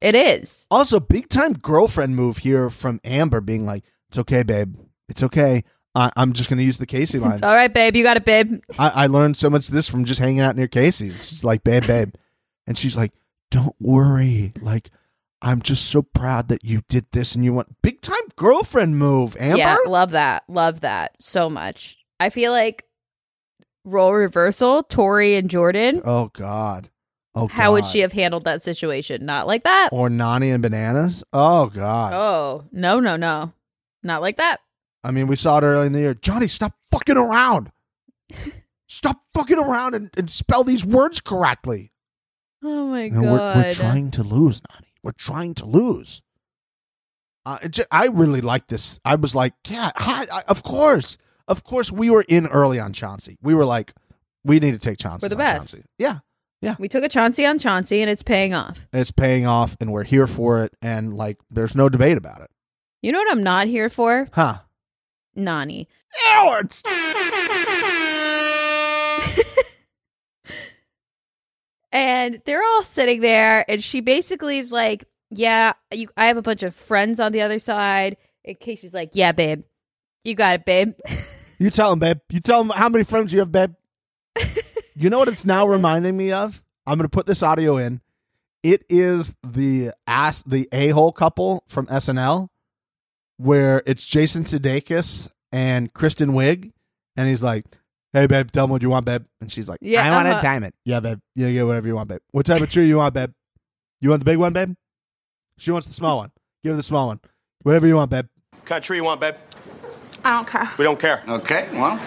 Speaker 3: It is.
Speaker 2: Also, big time girlfriend move here from Amber being like, "It's okay, babe. It's okay. I- I'm just gonna use the Casey line.
Speaker 3: It's all right, babe. You got it, babe.
Speaker 2: I-, I learned so much of this from just hanging out near Casey. It's just like, babe, babe, and she's like, "Don't worry. Like, I'm just so proud that you did this and you want big time girlfriend move, Amber.
Speaker 3: Yeah, love that. Love that so much. I feel like role reversal, Tori and Jordan.
Speaker 2: Oh God. Oh
Speaker 3: how would
Speaker 2: God.
Speaker 3: she have handled that situation? Not like that.
Speaker 2: Or Nani and bananas? Oh God.
Speaker 3: Oh, no, no, no. Not like that.
Speaker 2: I mean, we saw it early in the year. Johnny, stop fucking around. stop fucking around and, and spell these words correctly.
Speaker 3: Oh my
Speaker 2: No,
Speaker 3: god.
Speaker 2: we're, we're trying to lose, Nani. We're trying to lose. Uh, it ju- I really like this. I was like, yeah, hi, I, of course. Of course, we were in early on Chauncey. We were like, we need to take Chauncey.
Speaker 3: We're the
Speaker 2: on
Speaker 3: best.
Speaker 2: Chauncey. Yeah.
Speaker 3: We took a Chauncey on Chauncey and it's paying off.
Speaker 2: And it's paying off and we're here for it. And like, there's no debate about it.
Speaker 3: You know what I'm not here for?
Speaker 2: Huh.
Speaker 3: Nani.
Speaker 2: Cowards!
Speaker 3: And they're all sitting there and she basically is like, "Yeah, you I have a bunch of friends on the other side." And Casey's like, "Yeah, babe. You got it, babe."
Speaker 2: You tell him, babe. You tell him how many friends you have, babe. you know what it's now reminding me of? I'm going to put this audio in. It is the ass the a hole couple from SNL, where it's Jason Sudeikis and Kristen Wiig, and he's like, "Hey, babe, tell me what you want, babe," and she's like,
Speaker 3: Yeah,
Speaker 2: "Yeah, I want
Speaker 3: uh-huh.
Speaker 2: a diamond." Yeah, babe. Yeah, yeah, whatever you want, babe. What type of tree you want, babe? You want the big one, babe? She wants the small one. Give her the small one. Whatever you want, babe.
Speaker 5: Cut tree you want, babe?
Speaker 6: I don't care.
Speaker 5: We don't care. What
Speaker 7: Okay, well,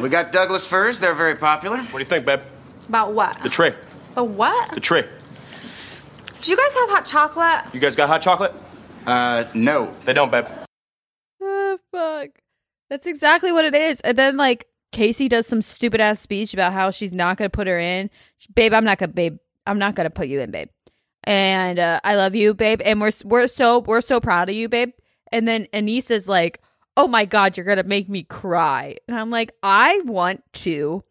Speaker 7: we got Douglas firs. They're very popular.
Speaker 5: do you think, babe?
Speaker 6: About what?
Speaker 5: The tree.
Speaker 6: The what?
Speaker 5: The tree.
Speaker 6: Do you guys have hot chocolate?
Speaker 5: You guys got hot chocolate?
Speaker 7: Uh, no.
Speaker 5: They don't, babe.
Speaker 3: Oh, fuck. That's exactly what it is. And then like Casey does some stupid ass speech about how she's not gonna put her in. She- babe, I'm not gonna babe. I'm not gonna put you in, babe. And uh, I love you, babe. And we're s- we're so we're so proud of you, babe. And then Anissa's like, "Oh my god, you're gonna make me cry." And I'm like, I want to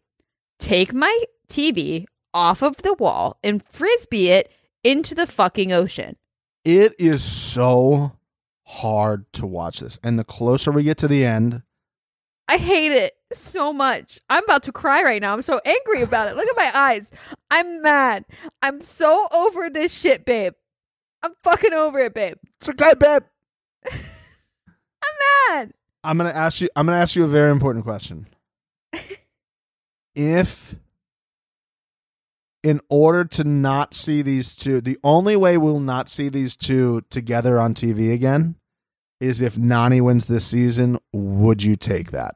Speaker 3: take my TV off of the wall and frisbee it into the fucking ocean.
Speaker 2: it is so hard to watch this and the closer we get to the end
Speaker 3: I hate it so much. I'm about to cry right now. I'm so angry about it. Look at my eyes. I'm mad. I'm so over this shit, babe. I'm fucking over it, babe.
Speaker 2: it's okay babe
Speaker 3: I'm mad.
Speaker 2: i'm gonna ask you i'm gonna ask you a very important question if in order to not see these two the only way we'll not see these two together on tv again is if nani wins this season would you take that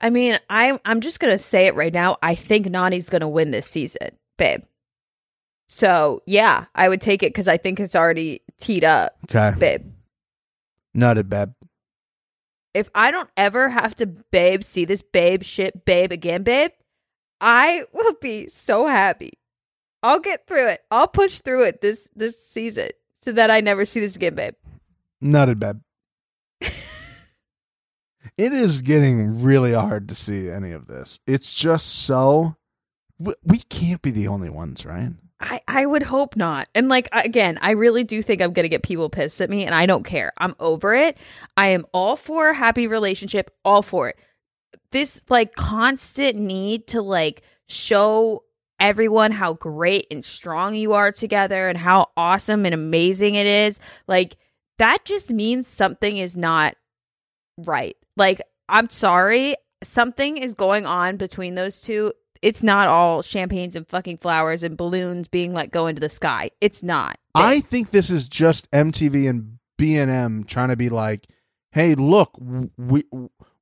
Speaker 3: I mean, I'm I'm just gonna say it right now. I think Nani's gonna win this season, babe. So yeah, I would take it because I think it's already teed up,
Speaker 2: okay
Speaker 3: babe.
Speaker 2: nutted babe
Speaker 3: if I don't ever have to babe see this babe shit babe again, babe, I will be so happy. I'll get through it. I'll push through it this this season so that I never see this again, babe.
Speaker 2: Nutted, babe. it is getting really hard to see any of this. It's just so. We, we can't be the only ones, right?
Speaker 3: I I would hope not. And like I- again, I really do think I'm going to get people pissed at me and I don't care. I'm over it. I am all for a happy relationship, all for it. This like constant need to like show everyone how great and strong you are together and how awesome and amazing it is. Like that just means something is not right. Like I'm sorry, something is going on between those two it's not all champagnes and fucking flowers and balloons being let go into the sky. It's not.
Speaker 2: I think this is just MTV and B&M trying to be like, "Hey, look, w- we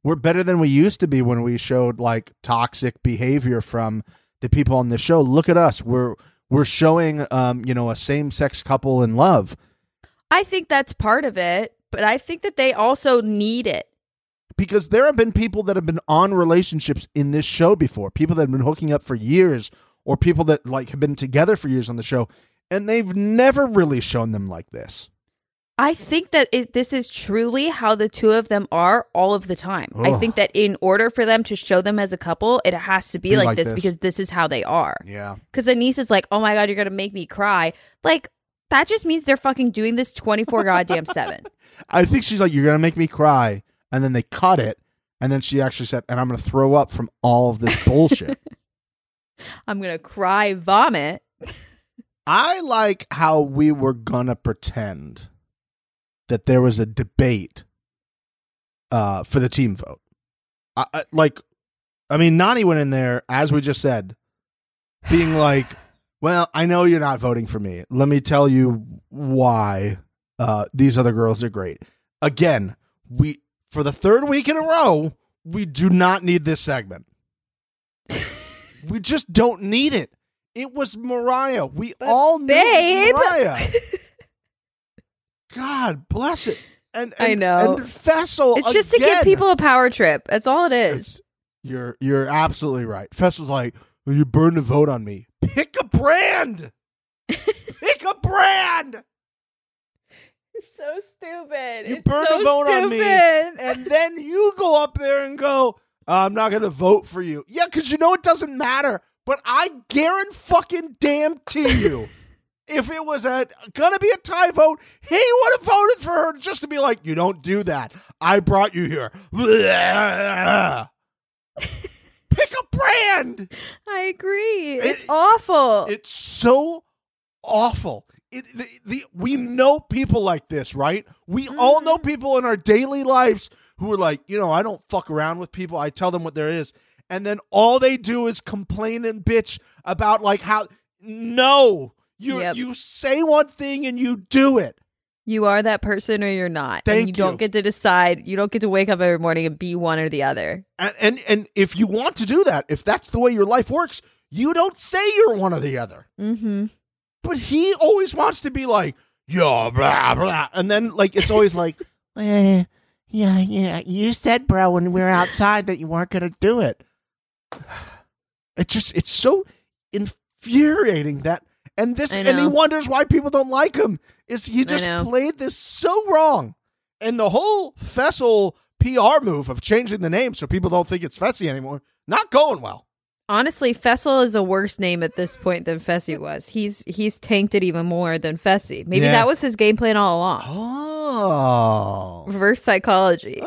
Speaker 2: we're better than we used to be when we showed like toxic behavior from the people on the show. Look at us. We're we're showing um, you know, a same-sex couple in love."
Speaker 3: I think that's part of it, but I think that they also need it.
Speaker 2: because there have been people that have been on relationships in this show before, people that have been hooking up for years, or people that like have been together for years on the show, and they've never really shown them like this.
Speaker 3: I think that it, this is truly how the two of them are all of the time. I
Speaker 2: Ugh.
Speaker 3: think that in order for them to show them as a couple, it has to be, like, this, because this is how they are.
Speaker 2: Yeah,
Speaker 3: Because Anise is like, oh my God, you're going to make me cry. Like, that just means they're fucking doing this 24 goddamn 7.
Speaker 2: I think she's like, "You're gonna make me cry," and then they cut it, and then she actually said, "And I'm gonna throw up from all of this bullshit."
Speaker 3: I'm going to cry, vomit.
Speaker 2: I like how we were gonna pretend that there was a debate uh, for the team vote. I, I, like, I mean, Nani went in there as we just said, being like, "Well, I know you're not voting for me. Let me tell you why uh, these other girls are great." Again, we for the third week in a row, we do not need this segment. we just don't need it. It was Mariah. We all knew it was
Speaker 3: babe.
Speaker 2: Mariah. God bless it. And, and
Speaker 3: I know.
Speaker 2: And Fessel.
Speaker 3: It's just to give
Speaker 2: again.
Speaker 3: people a power trip. That's all it is.
Speaker 2: It's- You're you're absolutely right. Fessel's like, well, you burned a vote on me. Pick a brand. Pick a brand.
Speaker 3: It's so stupid.
Speaker 2: You burned a vote on me, and then you go up there and go, I'm not going to vote for you. Yeah, because you know it doesn't matter. But I guarantee fucking damn to you, if it was a gonna be a tie vote, he would have voted for her just to be like, you don't do that. I brought you here. Pick a brand.
Speaker 3: I agree.
Speaker 2: It-
Speaker 3: it's awful.
Speaker 2: It's so awful. It, the, the, we know people like this, right? We all know people in our daily lives who are like, you know, I don't fuck around with people. I tell them what there is. And then all they do is complain and bitch about like how no, you
Speaker 3: Yep.
Speaker 2: you say one thing and you do it.
Speaker 3: you are that person or you're not.
Speaker 2: Thank
Speaker 3: and you, don't
Speaker 2: you.
Speaker 3: get to decide. You don't get to wake up every morning and be one or the other.
Speaker 2: And and and if you want to do that, if that's the way your life works, you don't say you're one or the other.
Speaker 3: Mm-hmm.
Speaker 2: but he always wants to be like, yo, blah, blah. And then, like, it's always like, eh, yeah, yeah, you said, bro, when we were outside that you weren't going to do it. It just, it's so infuriating that, and this,
Speaker 3: I
Speaker 2: and he
Speaker 3: know.
Speaker 2: wonders why people don't like him, is he just
Speaker 3: know.
Speaker 2: played this so wrong. And the whole Fessel PR move of changing the name so people don't think it's Fessy anymore, not going well.
Speaker 3: Honestly, Fessel is a worse name at this point than Fessy was. He's he's tanked it even more than Fessy. Maybe
Speaker 2: Yeah.
Speaker 3: that was his game plan all along.
Speaker 2: Oh.
Speaker 3: Reverse psychology.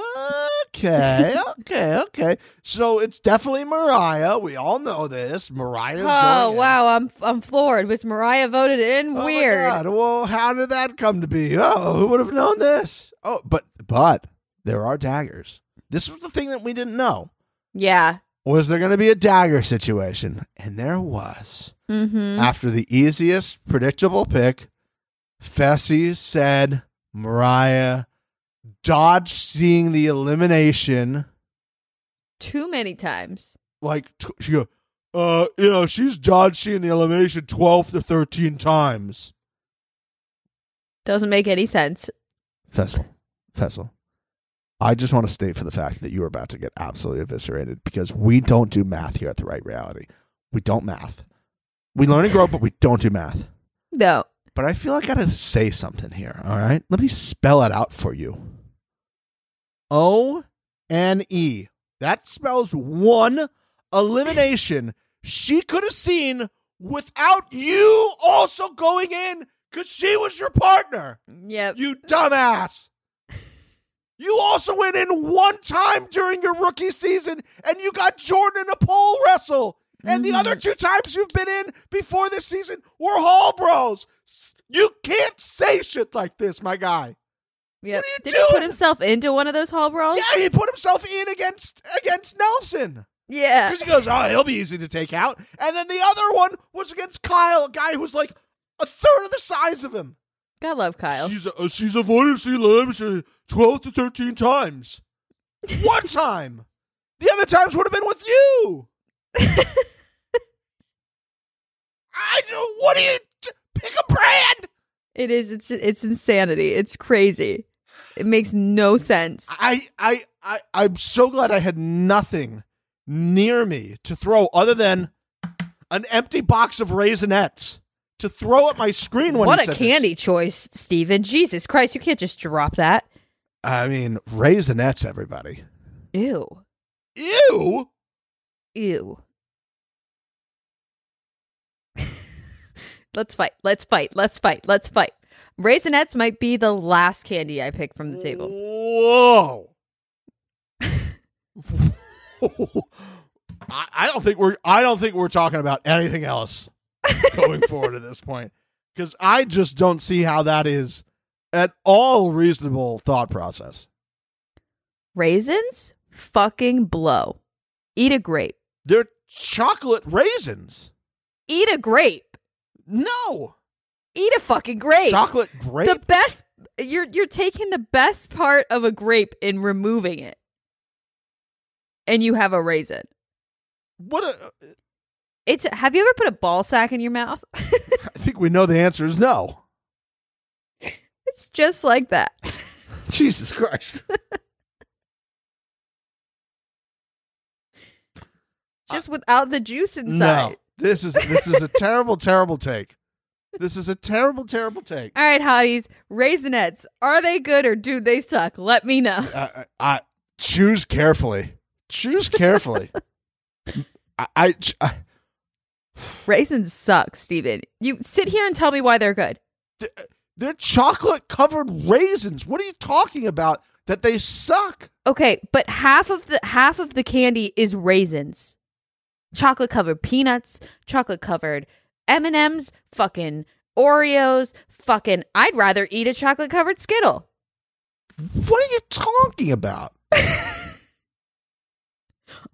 Speaker 2: Okay, okay, okay. So it's definitely Mariah. We all know this. Mariah's.
Speaker 3: Oh
Speaker 2: going in.
Speaker 3: wow, I'm I'm floored. Was Mariah voted in?
Speaker 2: Oh my
Speaker 3: Weird.
Speaker 2: God. Well, how did that come to be? Oh, who would have known this? Oh, but but there are daggers. This was the thing that we didn't know.
Speaker 3: Yeah.
Speaker 2: Was there going to be a dagger situation? And there was.
Speaker 3: Mm-hmm.
Speaker 2: After the easiest predictable pick, Fessy said Mariah dodged seeing the elimination.
Speaker 3: Too many times.
Speaker 2: like t- she go, uh, you know, she's dodged seeing the elimination twelve to thirteen times.
Speaker 3: Doesn't make any sense.
Speaker 2: Fessel, Fessel, I just want to state for the fact that you are about to get absolutely eviscerated because we don't do math here at the Right Reality. We don't math. We learn and grow, but we don't do math.
Speaker 3: No.
Speaker 2: But I feel I gotta say something here. All right, let me spell it out for you. O N E. That spells one elimination she could have seen without you also going in because she was your partner.
Speaker 3: Yep.
Speaker 2: You dumbass. You also went in one time during your rookie season and you got Jordan to pole wrestle. And the other two times you've been in before this season were Hall Bros. S- You can't say shit like this, my guy.
Speaker 3: Yep.
Speaker 2: are you
Speaker 3: Did he put
Speaker 2: doing?
Speaker 3: himself into one of those hall brawls?
Speaker 2: Yeah, he put himself in against against Nelson.
Speaker 3: Yeah.
Speaker 2: Because he goes, oh, he'll be easy to take out. And then the other one was against Kyle, a guy who's like a third of the size of him.
Speaker 3: God love Kyle.
Speaker 2: She's uh, she's avoided sea lions twelve to thirteen times. One time. The other times would have been with you. I don't. What do you t- pick a brand?
Speaker 3: It is. It's it's insanity. It's crazy. It makes no sense.
Speaker 2: I I I I'm so glad I had nothing near me to throw other than an empty box of raisinets to throw at my screen when
Speaker 3: What
Speaker 2: he
Speaker 3: a
Speaker 2: said this.
Speaker 3: candy choice, Steven. Jesus Christ, you can't just drop that.
Speaker 2: I mean, raisinets, everybody.
Speaker 3: Ew.
Speaker 2: Ew.
Speaker 3: Ew. Let's fight. Let's fight. Let's fight. Let's fight. Raisinets might be the last candy I pick from the table.
Speaker 2: Whoa. I, I don't think we're I don't think we're talking about anything else going forward at this point. because I just don't see how that is at all reasonable thought process.
Speaker 3: Raisins fucking blow. Eat a grape.
Speaker 2: They're chocolate raisins.
Speaker 3: Eat a grape.
Speaker 2: No,
Speaker 3: Eat a fucking grape.
Speaker 2: chocolate grape.
Speaker 3: The best you're you're taking the best part of a grape and removing it. And you have a raisin.
Speaker 2: what? A,
Speaker 3: It's have you ever put a ball sack in your mouth?
Speaker 2: I think we know the answer is no.
Speaker 3: it's just like that.
Speaker 2: Jesus Christ.
Speaker 3: just without the juice inside.
Speaker 2: No, this is this is a terrible, terrible take. This is a terrible, terrible take.
Speaker 3: All right, hotties, raisinettes, are they good or do they suck? Let me know.
Speaker 2: I, uh, I, I choose carefully. Choose carefully. I, I, uh, I
Speaker 3: Raisins suck, Steven. You sit here and tell me why they're good.
Speaker 2: they're chocolate covered raisins. What are you talking about? That they suck.
Speaker 3: Okay, but half of the half of the candy is raisins. Chocolate covered peanuts, chocolate covered M&Ms, fucking Oreos, fucking I'd rather eat a chocolate covered Skittle.
Speaker 2: What are you talking about?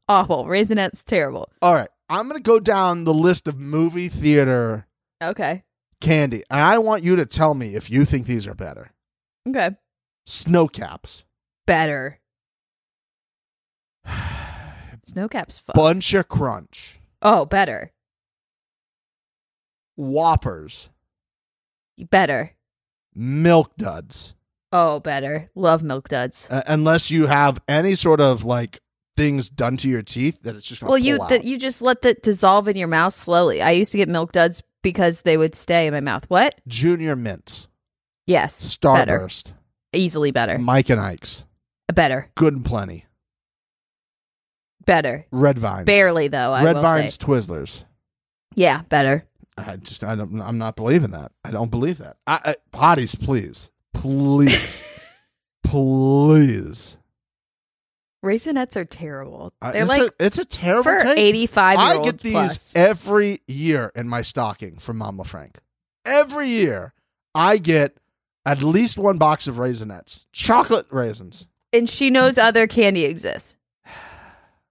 Speaker 3: Awful. Raisinette's terrible.
Speaker 2: All right, I'm gonna go down the list of movie theater
Speaker 3: Okay.
Speaker 2: candy, and I want you to tell me if you think these are better.
Speaker 3: Okay.
Speaker 2: Snow caps,
Speaker 3: Better. Snowcaps fuck.
Speaker 2: bunch of crunch,
Speaker 3: oh, better.
Speaker 2: whoppers,
Speaker 3: Better.
Speaker 2: milk duds.
Speaker 3: Oh, better. Love milk duds.
Speaker 2: uh, unless you have any sort of like things done to your teeth that it's just gonna
Speaker 3: Well, you
Speaker 2: pull
Speaker 3: that
Speaker 2: out.
Speaker 3: you just let that dissolve in your mouth slowly. I used to get milk duds because they would stay in my mouth. What?
Speaker 2: junior mints
Speaker 3: Yes. Better.
Speaker 2: starburst Mm.
Speaker 3: Easily better.
Speaker 2: mike and ike's
Speaker 3: better.
Speaker 2: good and plenty
Speaker 3: Better.
Speaker 2: red vines
Speaker 3: Barely though, I
Speaker 2: red
Speaker 3: will
Speaker 2: vines
Speaker 3: say.
Speaker 2: twizzlers
Speaker 3: Yeah, better.
Speaker 2: i just i don't i'm not believing that i don't believe that i, I potties please please please
Speaker 3: Raisinets are terrible.
Speaker 2: I-
Speaker 3: They're
Speaker 2: Uh, it's,
Speaker 3: like
Speaker 2: a, it's a terrible
Speaker 3: for
Speaker 2: take.
Speaker 3: 85 year
Speaker 2: I
Speaker 3: olds
Speaker 2: get these
Speaker 3: plus.
Speaker 2: every year in my stocking from Mama Frank. Every year, I get at least one box of raisinettes, chocolate raisins.
Speaker 3: and she knows other candy exists.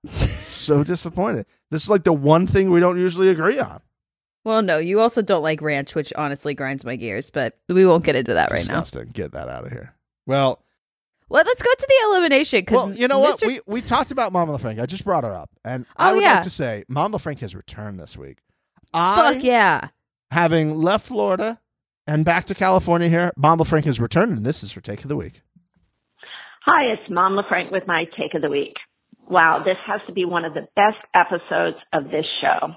Speaker 2: So disappointed. This is like the one thing we don't usually agree on.
Speaker 3: Well, no, you also don't like ranch, which honestly grinds my gears, but we won't get into that right now.
Speaker 2: Disgusting. Get that out of here. Well,
Speaker 3: Well, let's go to the elimination because
Speaker 2: well, you know what? We we talked about Mama Frank. I just brought her up, and I
Speaker 3: Oh,
Speaker 2: would
Speaker 3: yeah.
Speaker 2: like to say Mama Frank has returned this week. I
Speaker 3: fuck yeah.
Speaker 2: having left Florida and back to California here. Mama Frank has returned, and this is her take of the week.
Speaker 8: Hi, it's Mom LaFrank with my take of the week. Wow, this has to be one of the best episodes of this show.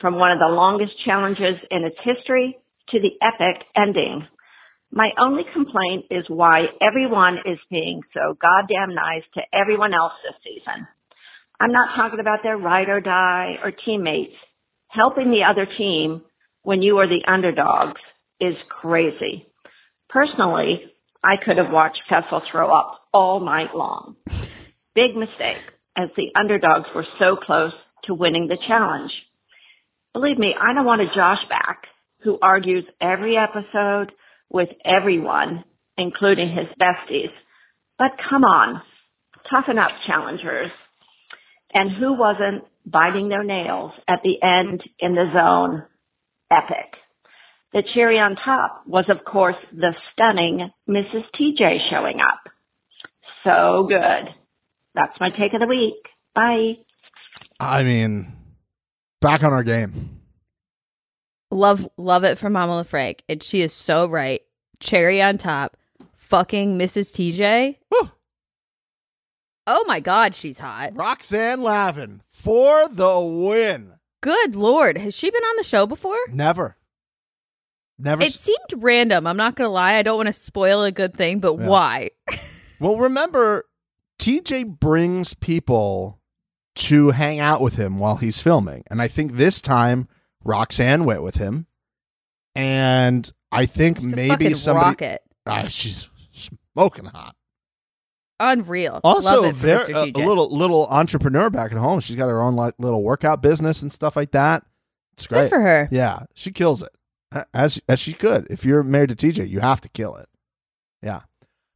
Speaker 8: From one of the longest challenges in its history to the epic ending. My only complaint is why everyone is being so goddamn nice to everyone else this season. I'm not talking about their ride or die or teammates. Helping the other team when you are the underdogs is crazy. Personally, I could have watched Kessel throw up all night long. Big mistake, as the underdogs were so close to winning the challenge. Believe me, I don't want a Josh back who argues every episode with everyone, including his besties. But come on, toughen up, challengers. And who wasn't biting their nails at the end in the zone? Epic. The cherry on top was, of course, the stunning Mrs. TJ showing up. So good. That's my take of the week. Bye.
Speaker 2: I mean, back on our game.
Speaker 3: Love love it from Mama LaFrank. And she is so right. Cherry on top. Fucking Mrs. TJ.
Speaker 2: Whew.
Speaker 3: Oh my god, she's hot.
Speaker 2: Roxanne Lavin for the win.
Speaker 3: Good lord. Has she been on the show before?
Speaker 2: Never. Never.
Speaker 3: It
Speaker 2: s-
Speaker 3: seemed random. I'm not gonna lie. I don't want to spoil a good thing, but
Speaker 2: Yeah.
Speaker 3: why?
Speaker 2: well, remember, TJ brings people to hang out with him while he's filming. And I think this time Roxanne went with him. And I think
Speaker 3: She's a
Speaker 2: maybe
Speaker 3: fucking
Speaker 2: somebody.
Speaker 3: rocket.
Speaker 2: Ah, she's smoking hot.
Speaker 3: Unreal.
Speaker 2: Also,
Speaker 3: Love it for
Speaker 2: very,
Speaker 3: Mr.
Speaker 2: a, a
Speaker 3: TJ.
Speaker 2: little little entrepreneur back at home. She's got her own like, little workout business and stuff like that. It's great.
Speaker 3: Good for her.
Speaker 2: Yeah, she kills it. A- as as she could. If you're married to TJ, you have to kill it.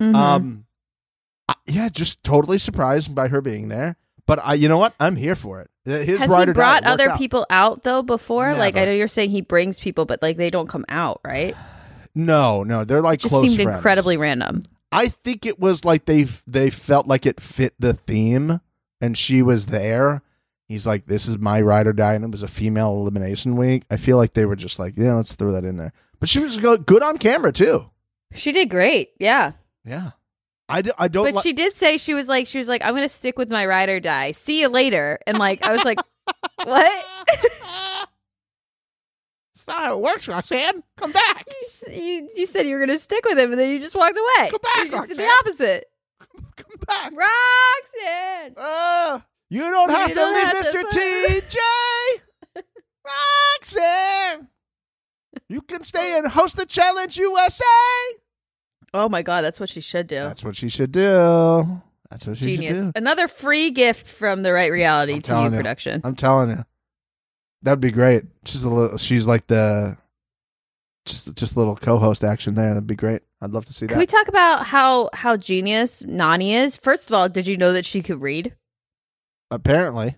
Speaker 3: Mhm.
Speaker 2: Um, I- yeah, just totally surprised by her being there. But I, you know what? I'm here for it. Uh, His
Speaker 3: Has
Speaker 2: ride
Speaker 3: he
Speaker 2: or die
Speaker 3: brought
Speaker 2: worked
Speaker 3: other
Speaker 2: out.
Speaker 3: people out though before? Like I
Speaker 2: Never.
Speaker 3: know you're saying he brings people, but like they don't come out, right?
Speaker 2: No, no, they're like
Speaker 3: It just
Speaker 2: close
Speaker 3: seemed
Speaker 2: friends.
Speaker 3: incredibly random.
Speaker 2: I think it was like they they felt like it fit the theme, and she was there. He's like, "This is my ride or die," and it was a female elimination week. I feel like they were just like, "Yeah, let's throw that in there." But she was go- good on camera too.
Speaker 3: She did great, yeah.
Speaker 2: Yeah, I, d- I don't.
Speaker 3: But
Speaker 2: li-
Speaker 3: she did say she was like she was like I'm gonna stick with my ride or die. See you later. And like I was like, what?
Speaker 2: That's not how it works, Roxanne. Come back.
Speaker 3: You s- you, you said you were gonna stick with him, and then you just walked away.
Speaker 2: Go back,
Speaker 3: you just did the
Speaker 2: Roxanne.
Speaker 3: opposite.
Speaker 2: Come back.
Speaker 3: Roxanne.
Speaker 2: Uh, you don't
Speaker 3: You
Speaker 2: have to
Speaker 3: don't
Speaker 2: leave
Speaker 3: have to
Speaker 2: Mr.
Speaker 3: put-
Speaker 2: TJ. Roxanne. You can stay and host the challenge USA.
Speaker 3: Oh my god, that's what she should do.
Speaker 2: That's what she should do. That's what she
Speaker 3: Genius.
Speaker 2: should do.
Speaker 3: Another free gift from the Right Reality
Speaker 2: I'm
Speaker 3: to You
Speaker 2: telling you.
Speaker 3: production.
Speaker 2: I'm telling you. That'd be great. She's a little she's like the just just a little co-host action there. That'd be great. I'd love to see
Speaker 3: Can we
Speaker 2: that.
Speaker 3: talk about how how genius Nani is? First of all, did you know that she could read?
Speaker 2: Apparently,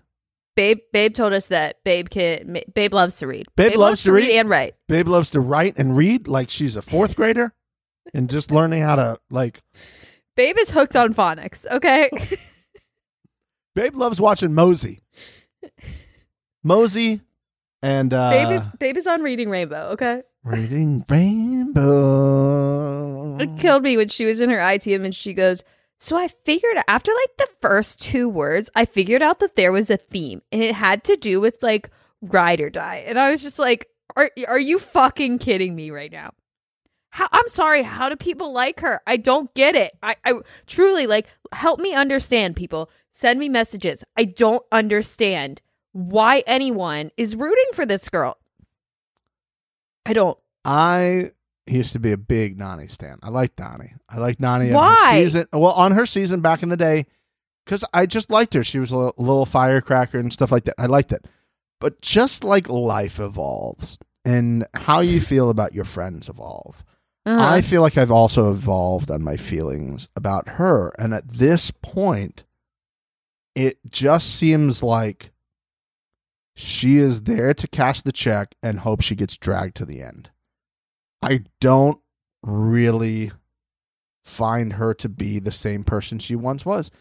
Speaker 3: Babe, Babe told us that Babe can. ma- Babe loves to read.
Speaker 2: Babe loves to read.
Speaker 3: and write.
Speaker 2: Babe loves to write and read like she's a 4th grader and just learning how to like
Speaker 3: Babe is hooked on phonics. Okay,
Speaker 2: Babe loves watching Mosey. Mosey and uh
Speaker 3: Babe is Babe is on Reading Rainbow. Okay,
Speaker 2: Reading Rainbow.
Speaker 3: it killed me when she was in her ITM and she goes. So I figured after like the first two words, I figured out that there was a theme and it had to do with like ride or die. And I was just like, are are you fucking kidding me right now? How, I'm sorry. How do people like her? I don't get it. I, I truly like. Help me understand, people. Send me messages. I don't understand why anyone is rooting for this girl. I don't.
Speaker 2: I used to be a big Nani stan. I like Nani. I like Nani. on her
Speaker 3: Why?
Speaker 2: Season, well, on her season back in the day, because I just liked her. She was a little, little firecracker and stuff like that. I liked it. But just like life evolves and how you feel about your friends evolve,
Speaker 3: Uh-huh.
Speaker 2: I feel like I've also evolved on my feelings about her. And at this point, it just seems like she is there to cash the check and hope she gets dragged to the end. I don't really find her to be the same person she once was.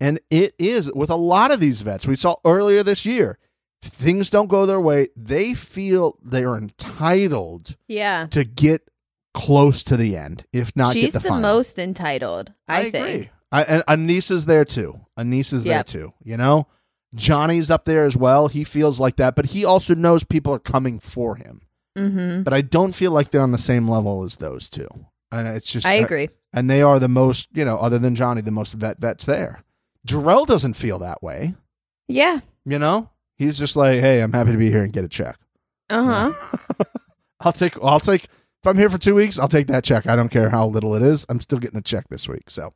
Speaker 2: And it is with a lot of these vets we saw earlier this year. Things don't go their way. They feel they're entitled
Speaker 3: yeah.
Speaker 2: to get close to the end, if not
Speaker 3: She's
Speaker 2: get the,
Speaker 3: the,
Speaker 2: final.
Speaker 3: most entitled. I,
Speaker 2: agree.
Speaker 3: think.
Speaker 2: I, and Anissa's there too. Anissa's there
Speaker 3: Yep.
Speaker 2: too. You know, Johnny's up there as well. He feels like that, but he also knows people are coming for him.
Speaker 3: Mm-hmm.
Speaker 2: But I don't feel like they're on the same level as those two. And it's just uh,
Speaker 3: I agree.
Speaker 2: and they are the most, you know, other than Johnny, the most vet vets there. Jarrell doesn't feel that way.
Speaker 3: Yeah.
Speaker 2: You know, he's just like, hey, I'm happy to be here and get a check.
Speaker 3: Uh huh.
Speaker 2: I'll take I'll take if I'm here for two weeks, I'll take that check. I don't care how little it is. I'm still getting a check this week. So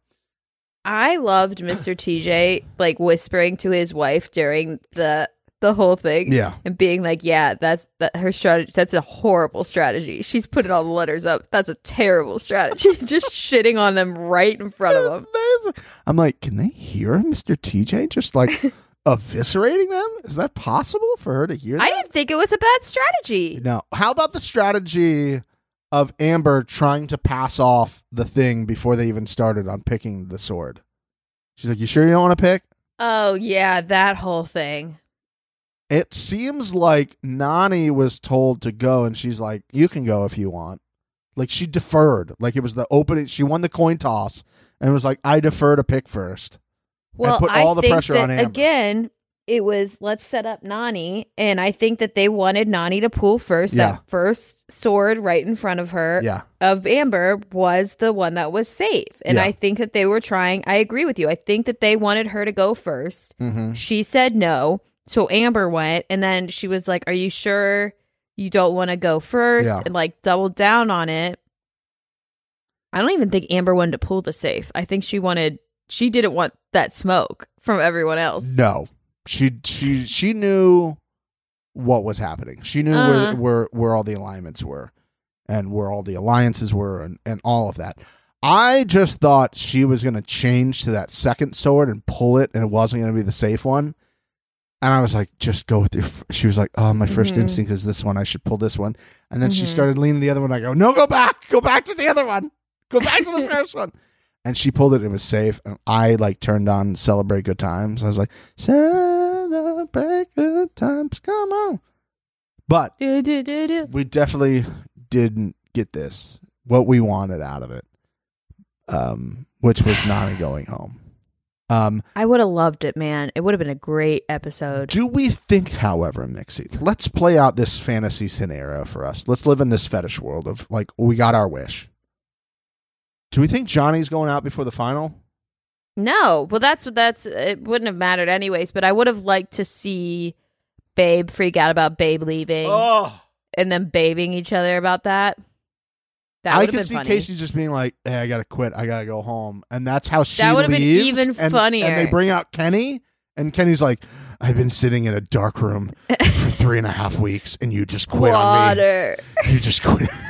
Speaker 3: I loved Mr. TJ like whispering to his wife during the the whole thing.
Speaker 2: Yeah.
Speaker 3: And being like, yeah, that's that her strategy that's a horrible strategy. She's putting all the letters up. That's a terrible strategy. Just shitting on them right in front of them.
Speaker 2: I'm like, can they hear Mr. TJ just like eviscerating them? Is that possible for her to hear
Speaker 3: I
Speaker 2: that?
Speaker 3: didn't think it was a bad strategy.
Speaker 2: no. How about the strategy of Amber trying to pass off the thing before they even started on picking the sword? She's like, You sure you don't want to pick?
Speaker 3: Oh yeah, that whole thing.
Speaker 2: It seems like Nani was told to go, and she's like, "You can go if you want." Like she deferred. Like it was the opening. She won the coin toss and was like, "I defer to pick first.
Speaker 3: Well,
Speaker 2: put
Speaker 3: I
Speaker 2: all the
Speaker 3: think
Speaker 2: pressure
Speaker 3: that,
Speaker 2: on Amber.
Speaker 3: Again, it was let's set up Nani, and I think that they wanted Nani to pull first.
Speaker 2: Yeah.
Speaker 3: That first sword right in front of her.
Speaker 2: Yeah,
Speaker 3: of Amber was the one that was safe. And
Speaker 2: Yeah.
Speaker 3: I think that they were trying, I agree with you. I think that they wanted her to go 1st
Speaker 2: mm-hmm.
Speaker 3: She said no. So Amber went. And then she was like, Are you sure you don't want to go first?
Speaker 2: Yeah.
Speaker 3: And like doubled down on it. I don't even think Amber wanted to pull the safe. I think she wanted, she didn't want that smoke from everyone else.
Speaker 2: no, she she she knew what was happening. She knew where,
Speaker 3: Uh-huh.
Speaker 2: where where all the alignments were. and where all the alliances were and, and all of that. I just thought she was going to change to that second sword and pull it, and it wasn't going to be the safe one. And I was like, just go with your. F-. She was like, oh, my 1st
Speaker 3: Mm-hmm.
Speaker 2: instinct is this one. I should pull this one. And then she started leaning the other one. I go, no, go back. Go back to the other one. Go back to the first one. And she pulled it. and It was safe. And I like turned on Celebrate Good Times. I was like, Celebrate Good Times. Come on. But
Speaker 3: Do, do, do, do.
Speaker 2: we definitely didn't get this, what we wanted out of it, um, which was not a going home. Um,
Speaker 3: I would have loved it, man. It would have been a great episode.
Speaker 2: Do we think, however, Mixie, let's play out this fantasy scenario for us. Let's live in this fetish world of like we got our wish. Do we think Johnny's going out before the final?
Speaker 3: No, well, that's what that's. It wouldn't have mattered anyways. But I would have liked to see Babe freak out about Babe leaving
Speaker 2: Oh,
Speaker 3: and then babing each other about that. That
Speaker 2: I
Speaker 3: would have
Speaker 2: can
Speaker 3: been
Speaker 2: see
Speaker 3: funny.
Speaker 2: Casey just being like, "Hey, I gotta quit. I gotta go home," and that's how she
Speaker 3: That would've been
Speaker 2: leaves,
Speaker 3: even
Speaker 2: and- and,
Speaker 3: funnier.
Speaker 2: they bring out Kenny, and Kenny's like, "I've been sitting in a dark room for three and a half weeks, and you just quit on me.
Speaker 3: Water.
Speaker 2: You just quit."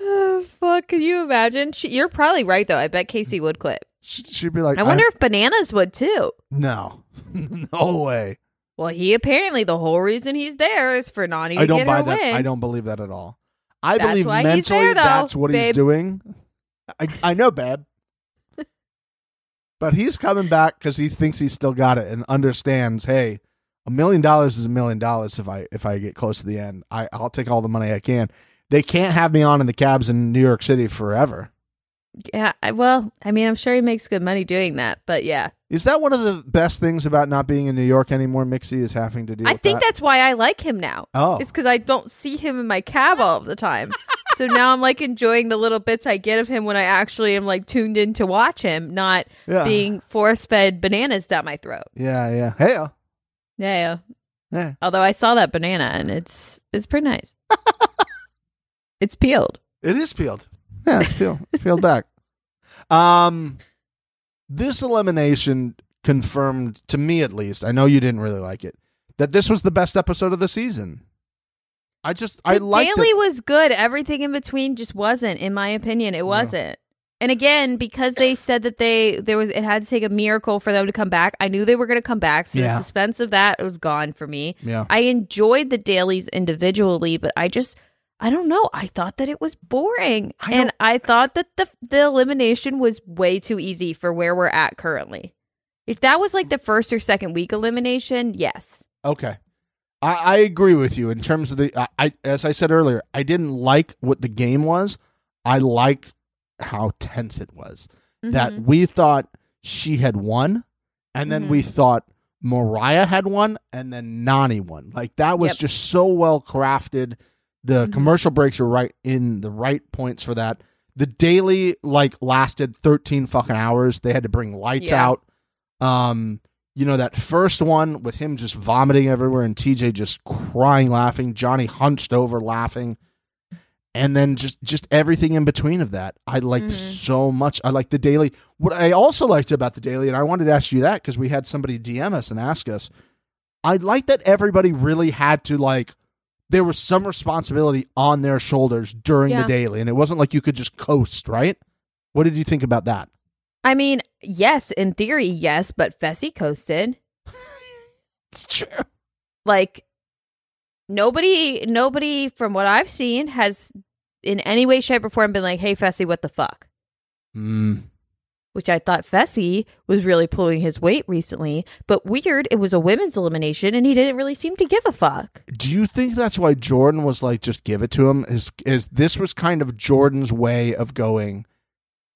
Speaker 3: Oh, fuck. Can you imagine? She, you're probably right, though. I bet Casey would quit.
Speaker 2: She'd be like,
Speaker 3: I wonder if bananas would too.
Speaker 2: no, no way."
Speaker 3: Well, he apparently the whole reason he's there is for Nani to
Speaker 2: I don't
Speaker 3: get
Speaker 2: buy
Speaker 3: her
Speaker 2: that.
Speaker 3: win.
Speaker 2: I don't believe that at all. I
Speaker 3: That's
Speaker 2: believe
Speaker 3: why he's
Speaker 2: mentally
Speaker 3: there, though,
Speaker 2: that's what he's
Speaker 3: babe.
Speaker 2: doing. I, I know, babe. but he's coming back because he thinks he's still got it and understands. Hey, a million dollars is a million dollars. If I if I get close to the end, I I'll take all the money I can. They can't have me on in the cabs in New York City forever.
Speaker 3: Yeah. I, well, I mean, I'm sure he makes good money doing that, but yeah.
Speaker 2: Is that one of the best things about not being in New York anymore? Mixie is having to deal.
Speaker 3: I
Speaker 2: with
Speaker 3: think
Speaker 2: that.
Speaker 3: that's why I like him now.
Speaker 2: Oh.
Speaker 3: It's because I don't see him in my cab all of the time. so now I'm like enjoying the little bits I get of him when I actually am like tuned in to watch him, not
Speaker 2: Yeah.
Speaker 3: being force fed bananas down my throat.
Speaker 2: yeah, yeah. Hey, uh,
Speaker 3: Yeah.
Speaker 2: yeah.
Speaker 3: Although I saw that banana and it's it's pretty nice. it's peeled.
Speaker 2: It is peeled. Yeah, it's peeled. It's peeled back. Um, this elimination confirmed to me, at least. I know you didn't really like it. That this was the best episode of the season. I just I
Speaker 3: the
Speaker 2: liked
Speaker 3: daily
Speaker 2: it.
Speaker 3: was good. Everything in between just wasn't, in my opinion. It wasn't. And again, because they said that they there was it had to take a miracle for them to come back. I knew they were going to come back, so
Speaker 2: Yeah.
Speaker 3: the suspense of that was gone for me.
Speaker 2: Yeah.
Speaker 3: I enjoyed the dailies individually, but I just I don't know. I thought that it was boring,
Speaker 2: I
Speaker 3: and I thought that the the elimination was way too easy for where we're at currently. If that was like the first or second week elimination, yes,
Speaker 2: Okay. I, I agree with you in terms of the I, I as I said earlier, I didn't like what the game was. I liked how tense it was. That
Speaker 3: Mm-hmm.
Speaker 2: we thought she had won, and then
Speaker 3: Mm-hmm.
Speaker 2: we thought Mariah had won, and then Nani won. Like that was
Speaker 3: Yep. Mm-hmm.
Speaker 2: just so well crafted. The commercial breaks were right in the right points for that. The daily like lasted thirteen fucking hours. They had to bring lights
Speaker 3: Yeah.
Speaker 2: out. Um, you know that first one with him just vomiting everywhere and TJ just crying laughing, Johnny hunched over laughing, and then just just everything in between of that. I liked so much. I liked the daily. What I also liked about the daily, and I wanted to ask you that because we had somebody DM us and ask us. I liked that everybody really had to like. There was some responsibility on their shoulders during
Speaker 3: Yeah.
Speaker 2: the daily, and it wasn't like you could just coast, right? What did you think about that?
Speaker 3: I mean, yes, in theory, yes, but Fessy coasted.
Speaker 2: It's true.
Speaker 3: Like nobody nobody from what I've seen has in any way, shape, or form been like, hey Fessy, what the fuck?
Speaker 2: Mm.
Speaker 3: Which I thought Fessy was really pulling his weight recently, but weird, it was a women's elimination and he didn't really seem to give a fuck.
Speaker 2: Do you think that's why Jordan was like, just give it to him? Is is this was kind of Jordan's way of going,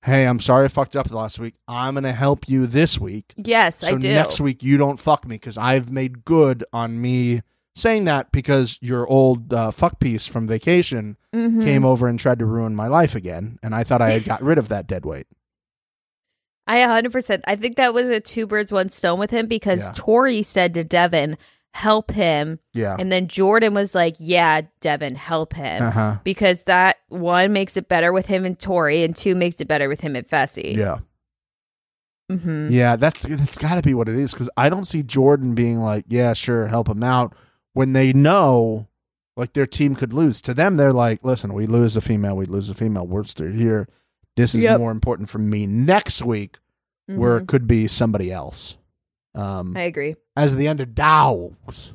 Speaker 2: Hey, I'm sorry I fucked up last week. I'm gonna help you this week.
Speaker 3: Yes, I
Speaker 2: so
Speaker 3: do.
Speaker 2: next week you don't fuck me because I've made good on me saying that because your old uh, fuck piece from vacation
Speaker 3: Mm-hmm.
Speaker 2: came over and tried to ruin my life again, and I thought I had got rid of that dead weight.
Speaker 3: I 100%. I think that was a two birds, one stone with him because
Speaker 2: Yeah.
Speaker 3: Tori said to Devin, help him.
Speaker 2: Yeah.
Speaker 3: And then Jordan was like, yeah, Devin, help him.
Speaker 2: Uh huh.
Speaker 3: Because that one makes it better with him and Tori, and two makes it better with him and Fessy. Mm-hmm.
Speaker 2: Yeah.
Speaker 3: hmm
Speaker 2: Yeah, that's that's got to be what it is because I don't see Jordan being like, "Yeah, sure, help him out," when they know like their team could lose. To them, they're like, listen, we lose a female, we lose a female. We're still here. This is
Speaker 3: Yep. Mm-hmm.
Speaker 2: more important for me next week, where it could be somebody else. Um,
Speaker 3: I agree.
Speaker 2: as the underdogs.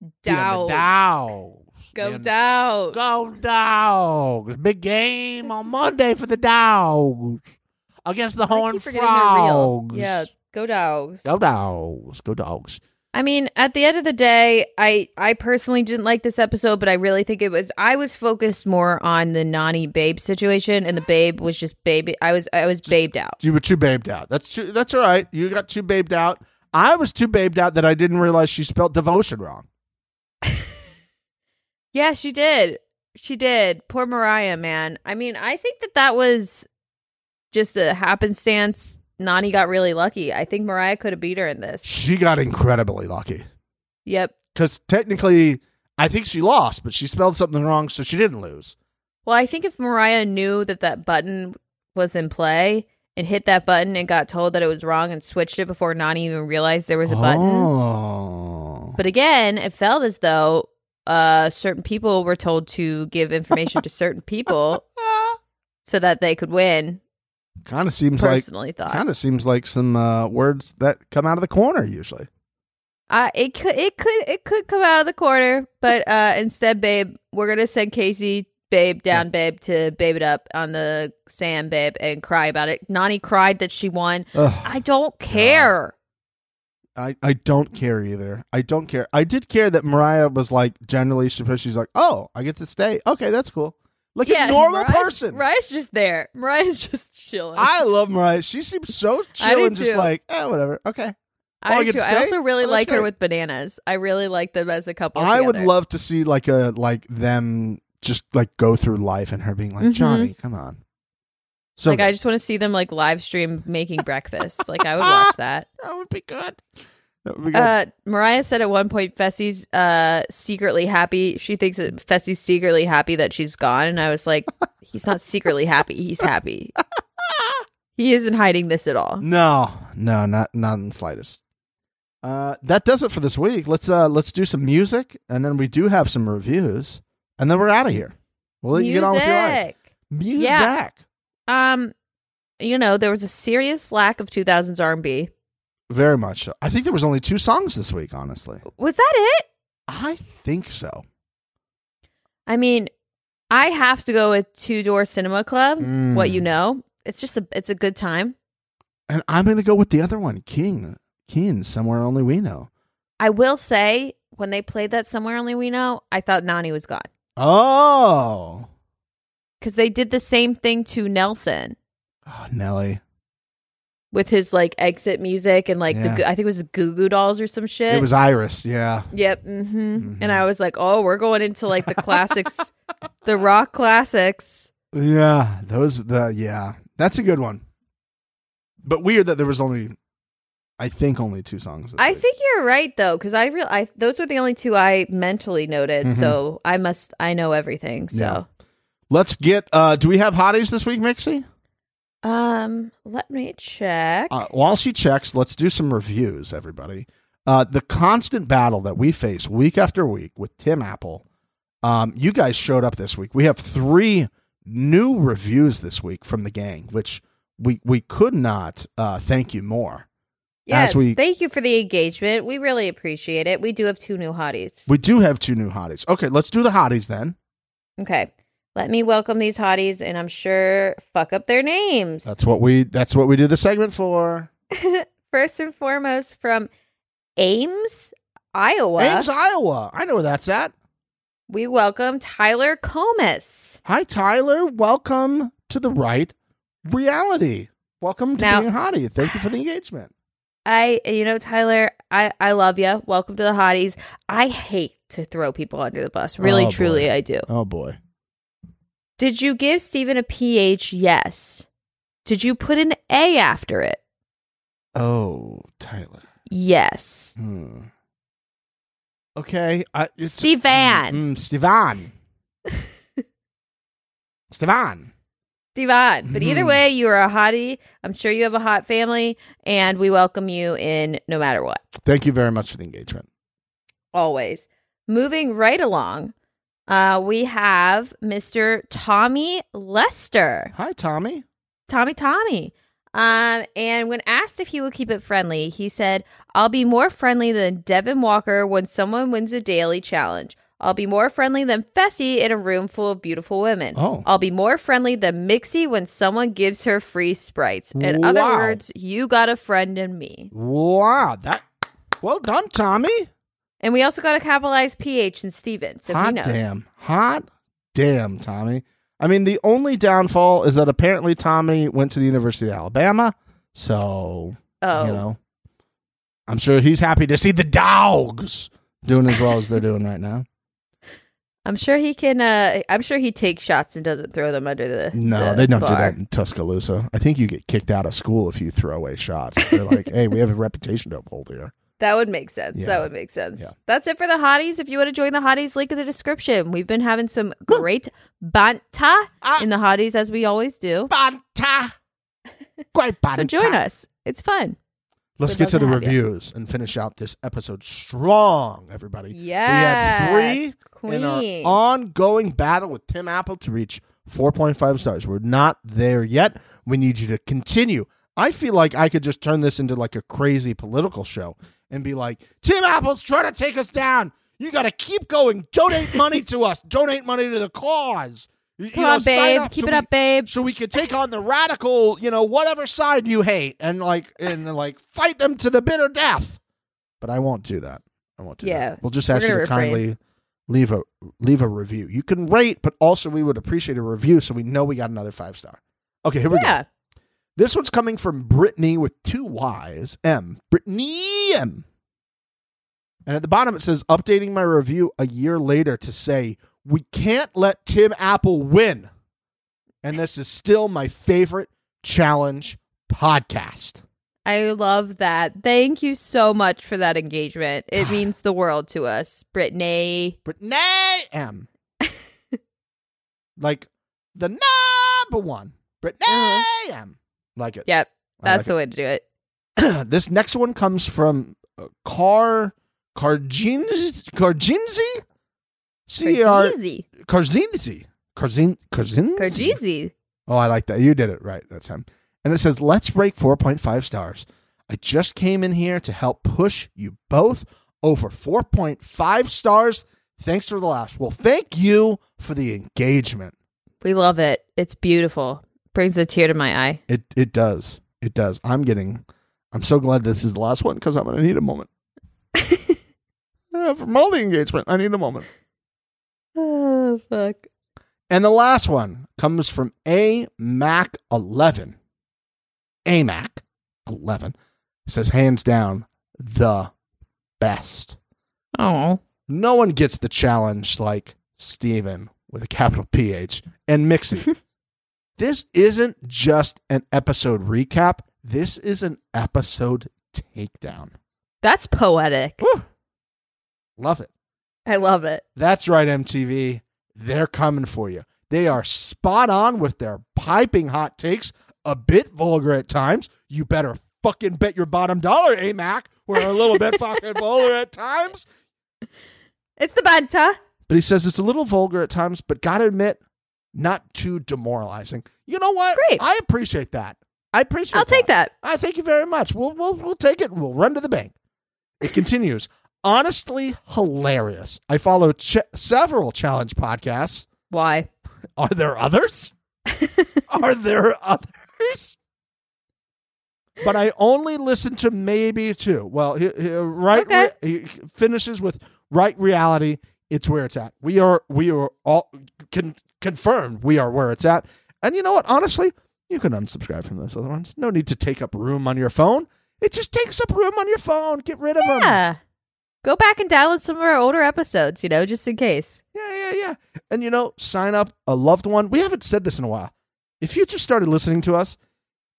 Speaker 2: The
Speaker 3: Dow.
Speaker 2: underdogs. The
Speaker 3: Go
Speaker 2: un-
Speaker 3: Dow.
Speaker 2: Go dogs! Big game on Monday for the dogs against the
Speaker 3: I keep
Speaker 2: Horn
Speaker 3: forgetting they're real.
Speaker 2: Frogs.
Speaker 3: Yeah, go dogs.
Speaker 2: Go dogs! Go dogs!
Speaker 3: I mean, at the end of the day, I I personally didn't like this episode, but I really think it was I was focused more on the Nani babe situation, and the babe was just baby. I was I was babed out.
Speaker 2: You were too babed out. That's too. That's all right. You got too babed out. I was too babed out that I didn't realize she spelled devotion wrong.
Speaker 3: Yeah, she did. She did. Poor Mariah, man. I mean, I think that that was just a happenstance. Nani got really lucky. I think Mariah could have beat her in this.
Speaker 2: She got incredibly lucky
Speaker 3: Yep.
Speaker 2: because technically, I think she lost, but she spelled something wrong, so she didn't lose.
Speaker 3: Well, I think if Mariah knew that that button was in play and hit that button and got told that it was wrong and switched it before Nani even realized there was a button.
Speaker 2: Oh.
Speaker 3: But again, it felt as though uh, certain people were told to give information to certain people so that they could win.
Speaker 2: Kind of seems like
Speaker 3: Personally, thought
Speaker 2: kind of seems like some uh, words that come out of the corner usually.
Speaker 3: uh, it could it could it could come out of the corner, but uh, instead, babe, we're gonna send Casey, babe, down, babe, to babe it up on the sand, babe, and cry about it. Nani cried that she won.
Speaker 2: Ugh.
Speaker 3: I don't care.
Speaker 2: I, I don't care either. I don't care. I did care that Mariah was like generally surprised. She's like, oh, I get to stay. Okay, that's cool. Like a normal
Speaker 3: Mariah's-
Speaker 2: person.
Speaker 3: Mariah's just there. Mariah's just chilling.
Speaker 2: I love Mariah. She seems so chill
Speaker 3: do
Speaker 2: and just
Speaker 3: too.
Speaker 2: like, eh, whatever. Okay.
Speaker 3: I,
Speaker 2: Oh, I
Speaker 3: do
Speaker 2: get to
Speaker 3: too. I
Speaker 2: stay?
Speaker 3: also really
Speaker 2: Oh, that's
Speaker 3: like her
Speaker 2: right.
Speaker 3: with bananas. I really like them as a couple.
Speaker 2: I would
Speaker 3: together.
Speaker 2: love to see like a like them just like go through life and her being like,
Speaker 3: Mhm.
Speaker 2: Johnny, come on. So
Speaker 3: like I just want to see them like live stream making breakfast. Like I would watch that.
Speaker 2: that would be good. That would be good.
Speaker 3: Uh, Mariah said at one point Fessy's uh, secretly happy. She thinks that Fessy's secretly happy that she's gone, and I was like, he's not secretly happy. He's happy. he isn't hiding this at all.
Speaker 2: No, no, not not in the slightest. Uh, that does it for this week. Let's uh let's do some music, and then we do have some reviews, and then we're out of here. We'll let you get on with your life.
Speaker 3: Music.
Speaker 2: Music.
Speaker 3: Yeah. Um, you know there was a serious lack of 2000s R&B.
Speaker 2: Very much so. I think there was only two songs this week, honestly.
Speaker 3: Was that it?
Speaker 2: I think so.
Speaker 3: I mean, I have to go with Two Door Cinema Club.
Speaker 2: Mm.
Speaker 3: What you know, it's just a it's a good time.
Speaker 2: And I'm gonna go with the other one, King. King, somewhere only we know.
Speaker 3: I will say when they played that somewhere only we know, I thought Nani was gone
Speaker 2: Oh,
Speaker 3: because they did the same thing to Nelson
Speaker 2: oh Nelly.
Speaker 3: with his like exit music and like
Speaker 2: Yeah.
Speaker 3: the Goo- I think it was Goo Goo Dolls or some shit.
Speaker 2: It was Iris, yeah.
Speaker 3: Yep. Mm-hmm.
Speaker 2: Mhm.
Speaker 3: And I was like, oh, we're going into like the classics, the rock classics.
Speaker 2: Yeah, those the yeah. That's a good one. But weird that there was only I think only two songs. this
Speaker 3: I
Speaker 2: week.
Speaker 3: think you're right though, because I real I those were the only two I mentally noted.
Speaker 2: Mhm.
Speaker 3: So I must I know everything. So.
Speaker 2: Yeah. Let's get uh do we have hotties this week, Mixie?
Speaker 3: Um, let me check.
Speaker 2: Uh, while she checks, let's do some reviews, everybody. Uh the constant battle that we face week after week with Tim Apple. Um you guys showed up this week. We have 3 new reviews this week from the gang, which we we could not uh thank you more.
Speaker 3: yes,
Speaker 2: as we-
Speaker 3: thank you for the engagement. We really appreciate it. We do have two new hotties.
Speaker 2: We do have two new hotties. Okay, let's do the hotties then.
Speaker 3: okay. Let me welcome these hotties and I'm sure fuck up their names.
Speaker 2: That's what we that's what we do the segment for.
Speaker 3: First and foremost from Ames, Iowa.
Speaker 2: Ames, Iowa. I know where that's at.
Speaker 3: we welcome Tyler Comus.
Speaker 2: Hi, Tyler. Welcome to the right reality. Welcome to
Speaker 3: Now-
Speaker 2: being a hottie. Thank you for the engagement.
Speaker 3: I you know Tyler, I I love you. Welcome to the hotties. I hate to throw people under the bus. Really
Speaker 2: Oh, boy.
Speaker 3: truly I do.
Speaker 2: Oh boy.
Speaker 3: Did you give Steven a PH? Yes. Did you put an A after it?
Speaker 2: Oh, Tyler.
Speaker 3: Yes.
Speaker 2: Hmm. Okay. I, it's,
Speaker 3: Stevan.
Speaker 2: Mm, Stevan. Stevan.
Speaker 3: Steven. But either
Speaker 2: Mhm.
Speaker 3: way, you are a hottie. I'm sure you have a hot family, and we welcome you in no matter what.
Speaker 2: Thank you very much for the engagement.
Speaker 3: always. Moving right along, uh, we have Mr. Tommy Lester.
Speaker 2: Hi, Tommy.
Speaker 3: Tommy Tommy. Um, and when asked if he will keep it friendly, he said, I'll be more friendly than Devin Walker when someone wins a daily challenge. I'll be more friendly than Fessy in a room full of beautiful women.
Speaker 2: Oh.
Speaker 3: I'll be more friendly than Mixie when someone gives her free sprites. In other
Speaker 2: Wow.
Speaker 3: words, you got a friend in me.
Speaker 2: Wow, that well done, Tommy.
Speaker 3: And we also got to capitalize PH and Steven. So he
Speaker 2: Hot
Speaker 3: knows.
Speaker 2: damn. Hot damn, Tommy. I mean, the only downfall is that apparently Tommy went to the University of Alabama. So,
Speaker 3: Oh.
Speaker 2: you know, I'm sure he's happy to see the dogs doing as well as they're doing right now.
Speaker 3: I'm sure he can. Uh, I'm sure he takes shots and doesn't throw them under the.
Speaker 2: No,
Speaker 3: the
Speaker 2: they don't do
Speaker 3: bar.
Speaker 2: that in Tuscaloosa. I think you get kicked out of school if you throw away shots. They're like, hey, we have a reputation to uphold here.
Speaker 3: That would make sense.
Speaker 2: Yeah.
Speaker 3: That would make sense.
Speaker 2: Yeah.
Speaker 3: That's it for the hotties. If you want to join the hotties, link in the description. We've been having some great banta
Speaker 2: Ah.
Speaker 3: in the hotties as we always do.
Speaker 2: Banta. Great banta.
Speaker 3: So join us. It's fun.
Speaker 2: Let's
Speaker 3: We'd
Speaker 2: get
Speaker 3: love
Speaker 2: to the
Speaker 3: to have you.
Speaker 2: reviews and finish out this episode strong, everybody. We had
Speaker 3: Yes,
Speaker 2: three in
Speaker 3: queen.
Speaker 2: our ongoing battle with Tim Apple to reach 4.5 stars. We're not there yet. We need you to continue. I feel like I could just turn this into like a crazy political show and be like, Tim Apple's trying to take us down. You got to keep going. Donate money to us. Donate money to the cause. You- you
Speaker 3: Come
Speaker 2: know,
Speaker 3: on,
Speaker 2: sign
Speaker 3: babe.
Speaker 2: up
Speaker 3: Keep
Speaker 2: so
Speaker 3: it
Speaker 2: we-
Speaker 3: up, babe.
Speaker 2: so we could take on the radical, you know, whatever side you hate, and like and like fight them to the bitter death. But I won't do that. I won't do
Speaker 3: Yeah.
Speaker 2: that. We'll just
Speaker 3: We're
Speaker 2: ask you to
Speaker 3: gonna refrain.
Speaker 2: kindly leave a leave a review. You can rate, but also we would appreciate a review so we know we got another five star. Okay, here we go.
Speaker 3: Yeah.
Speaker 2: This one's coming from Brittany with two Y's. M. Brittany M. And at the bottom it says updating my review a year later to say we can't let Tim Apple win. And this is still my favorite challenge podcast.
Speaker 3: I love that. Thank you so much for that engagement. It means the world to us, Brittany.
Speaker 2: Brittany M. like the number one. Brittany M. Like it.
Speaker 3: Yep.
Speaker 2: I
Speaker 3: Uh-huh. That's
Speaker 2: like
Speaker 3: the way to do it.
Speaker 2: this next one comes from uh, Car Carginzi Carginzi C R
Speaker 3: Crazy.
Speaker 2: Carzinzi Carzin Carzinzi.
Speaker 3: Crazy.
Speaker 2: Oh, I like that. You did it right. That's him. And it says, "Let's break 4.5 stars." I just came in here to help push you both over 4.5 stars. Thanks for the laughs. Well, thank you for the engagement.
Speaker 3: We love it. It's beautiful. Brings a tear to my eye.
Speaker 2: It it does. It does. I'm getting. I'm so glad this is the last one because I'm going to need a moment. Uh, from all the engagement, I need a moment.
Speaker 3: Oh, fuck.
Speaker 2: And the last one comes from A Mac 11. A Mac 11 says hands down the best.
Speaker 3: Oh.
Speaker 2: No one gets the challenge like Steven with a capital PH and Mixie. this isn't just an episode recap. This is an episode takedown.
Speaker 3: That's poetic.
Speaker 2: Woo. Love it.
Speaker 3: I love it.
Speaker 2: That's right, MTV. They're coming for you. They are spot on with their piping hot takes, a bit vulgar at times. You better fucking bet your bottom dollar, AMAC. We're a little bit fucking vulgar at times.
Speaker 3: It's the banta.
Speaker 2: But he says it's a little vulgar at times, but gotta admit, not too demoralizing. You know what?
Speaker 3: Great.
Speaker 2: I appreciate that. I appreciate
Speaker 3: I'll take that.
Speaker 2: I thank you very much. We'll we'll we'll take it and we'll run to the bank. It continues. Honestly, hilarious. I follow ch- several challenge podcasts.
Speaker 3: Why?
Speaker 2: Are there others? Are there others? But I only listen to maybe two. Well, he, he- right
Speaker 3: Okay.
Speaker 2: re- he finishes with right reality. It's where it's at. We are we are all con- confirmed. We are where it's at. And you know what? Honestly, you can unsubscribe from those other ones. No need to take up room on your phone. It just takes up room on your phone. Get rid of them.
Speaker 3: Yeah. Go back and download some of our older episodes, you know, just in case.
Speaker 2: Yeah, yeah, yeah. And you know, sign up a loved one. We haven't said this in a while. If you just started listening to us,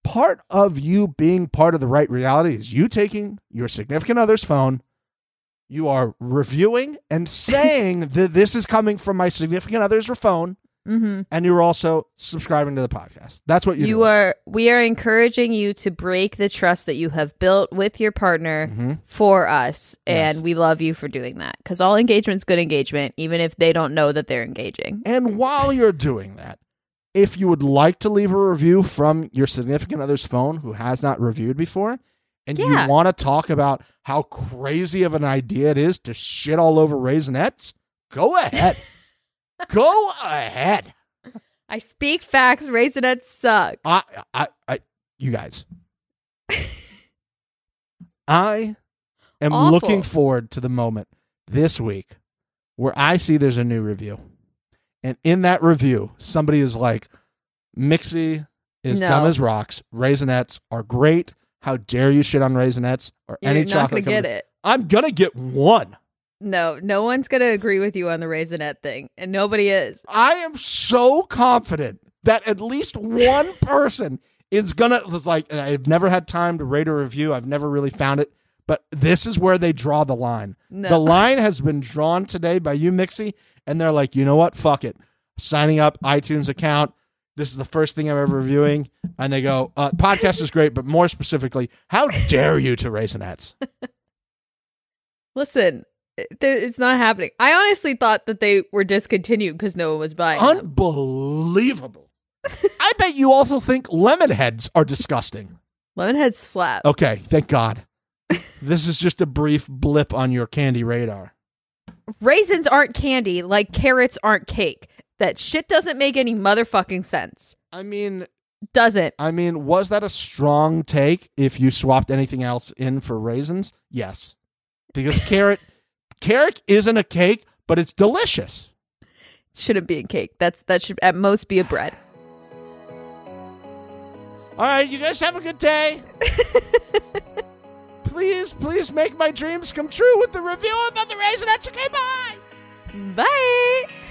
Speaker 2: part of you being part of the right reality is you taking your significant other's phone, you are reviewing and saying that this is coming from my significant other's phone,
Speaker 3: Mm-hmm.
Speaker 2: and you're also subscribing to the podcast. That's what you're
Speaker 3: You
Speaker 2: doing.
Speaker 3: are. We are encouraging you to break the trust that you have built with your partner
Speaker 2: Mm-hmm.
Speaker 3: for us, and we love you for doing that. Because all engagement's good engagement, even if they don't know that they're engaging.
Speaker 2: And while you're doing that, if you would like to leave a review from your significant other's phone who has not reviewed before, and
Speaker 3: Yeah.
Speaker 2: you want to talk about how crazy of an idea it is to shit all over raisinettes, go ahead. go ahead.
Speaker 3: I speak facts. Raisinets suck.
Speaker 2: I, I, I, you guys. I am
Speaker 3: Awful.
Speaker 2: looking forward to the moment this week where I see there's a new review. And in that review, somebody is like, Mixie is
Speaker 3: No.
Speaker 2: dumb as rocks. Raisinets are great. How dare you shit on Raisinets or
Speaker 3: You're
Speaker 2: any
Speaker 3: not gonna
Speaker 2: chocolate?
Speaker 3: get
Speaker 2: company."
Speaker 3: it.
Speaker 2: I'm going to get one.
Speaker 3: No, no one's gonna agree with you on the raisinette thing, and nobody is.
Speaker 2: I am so confident that at least one person is gonna was like, and I've never had time to rate a review. I've never really found it, but this is where they draw the line.
Speaker 3: No.
Speaker 2: The line has been drawn today by you, Mixie, and they're like, you know what? Fuck it. Signing up iTunes account. This is the first thing I'm ever reviewing, and they go, uh, podcast is great, but more specifically, how dare you to Raisinets?
Speaker 3: Listen, it- there- it's not happening. I honestly thought that they were discontinued because no one was buying. them.
Speaker 2: Unbelievable. I bet you also think lemon heads are disgusting.
Speaker 3: Lemonhead slap.
Speaker 2: Okay, thank God. this is just a brief blip on your candy radar.
Speaker 3: raisins aren't candy like carrots aren't cake that shit doesn't make any motherfucking sense
Speaker 2: I mean,
Speaker 3: doesn't
Speaker 2: I mean, was that a strong take if you swapped anything else in for raisins? Yes. Because carrot carrot isn't a cake, but it's delicious.
Speaker 3: shouldn't be a cake that's that should at most be a bread
Speaker 2: All right, you guys have a good day. please, please make my dreams come true with the review about the raisinettes. Okay, bye.
Speaker 3: bye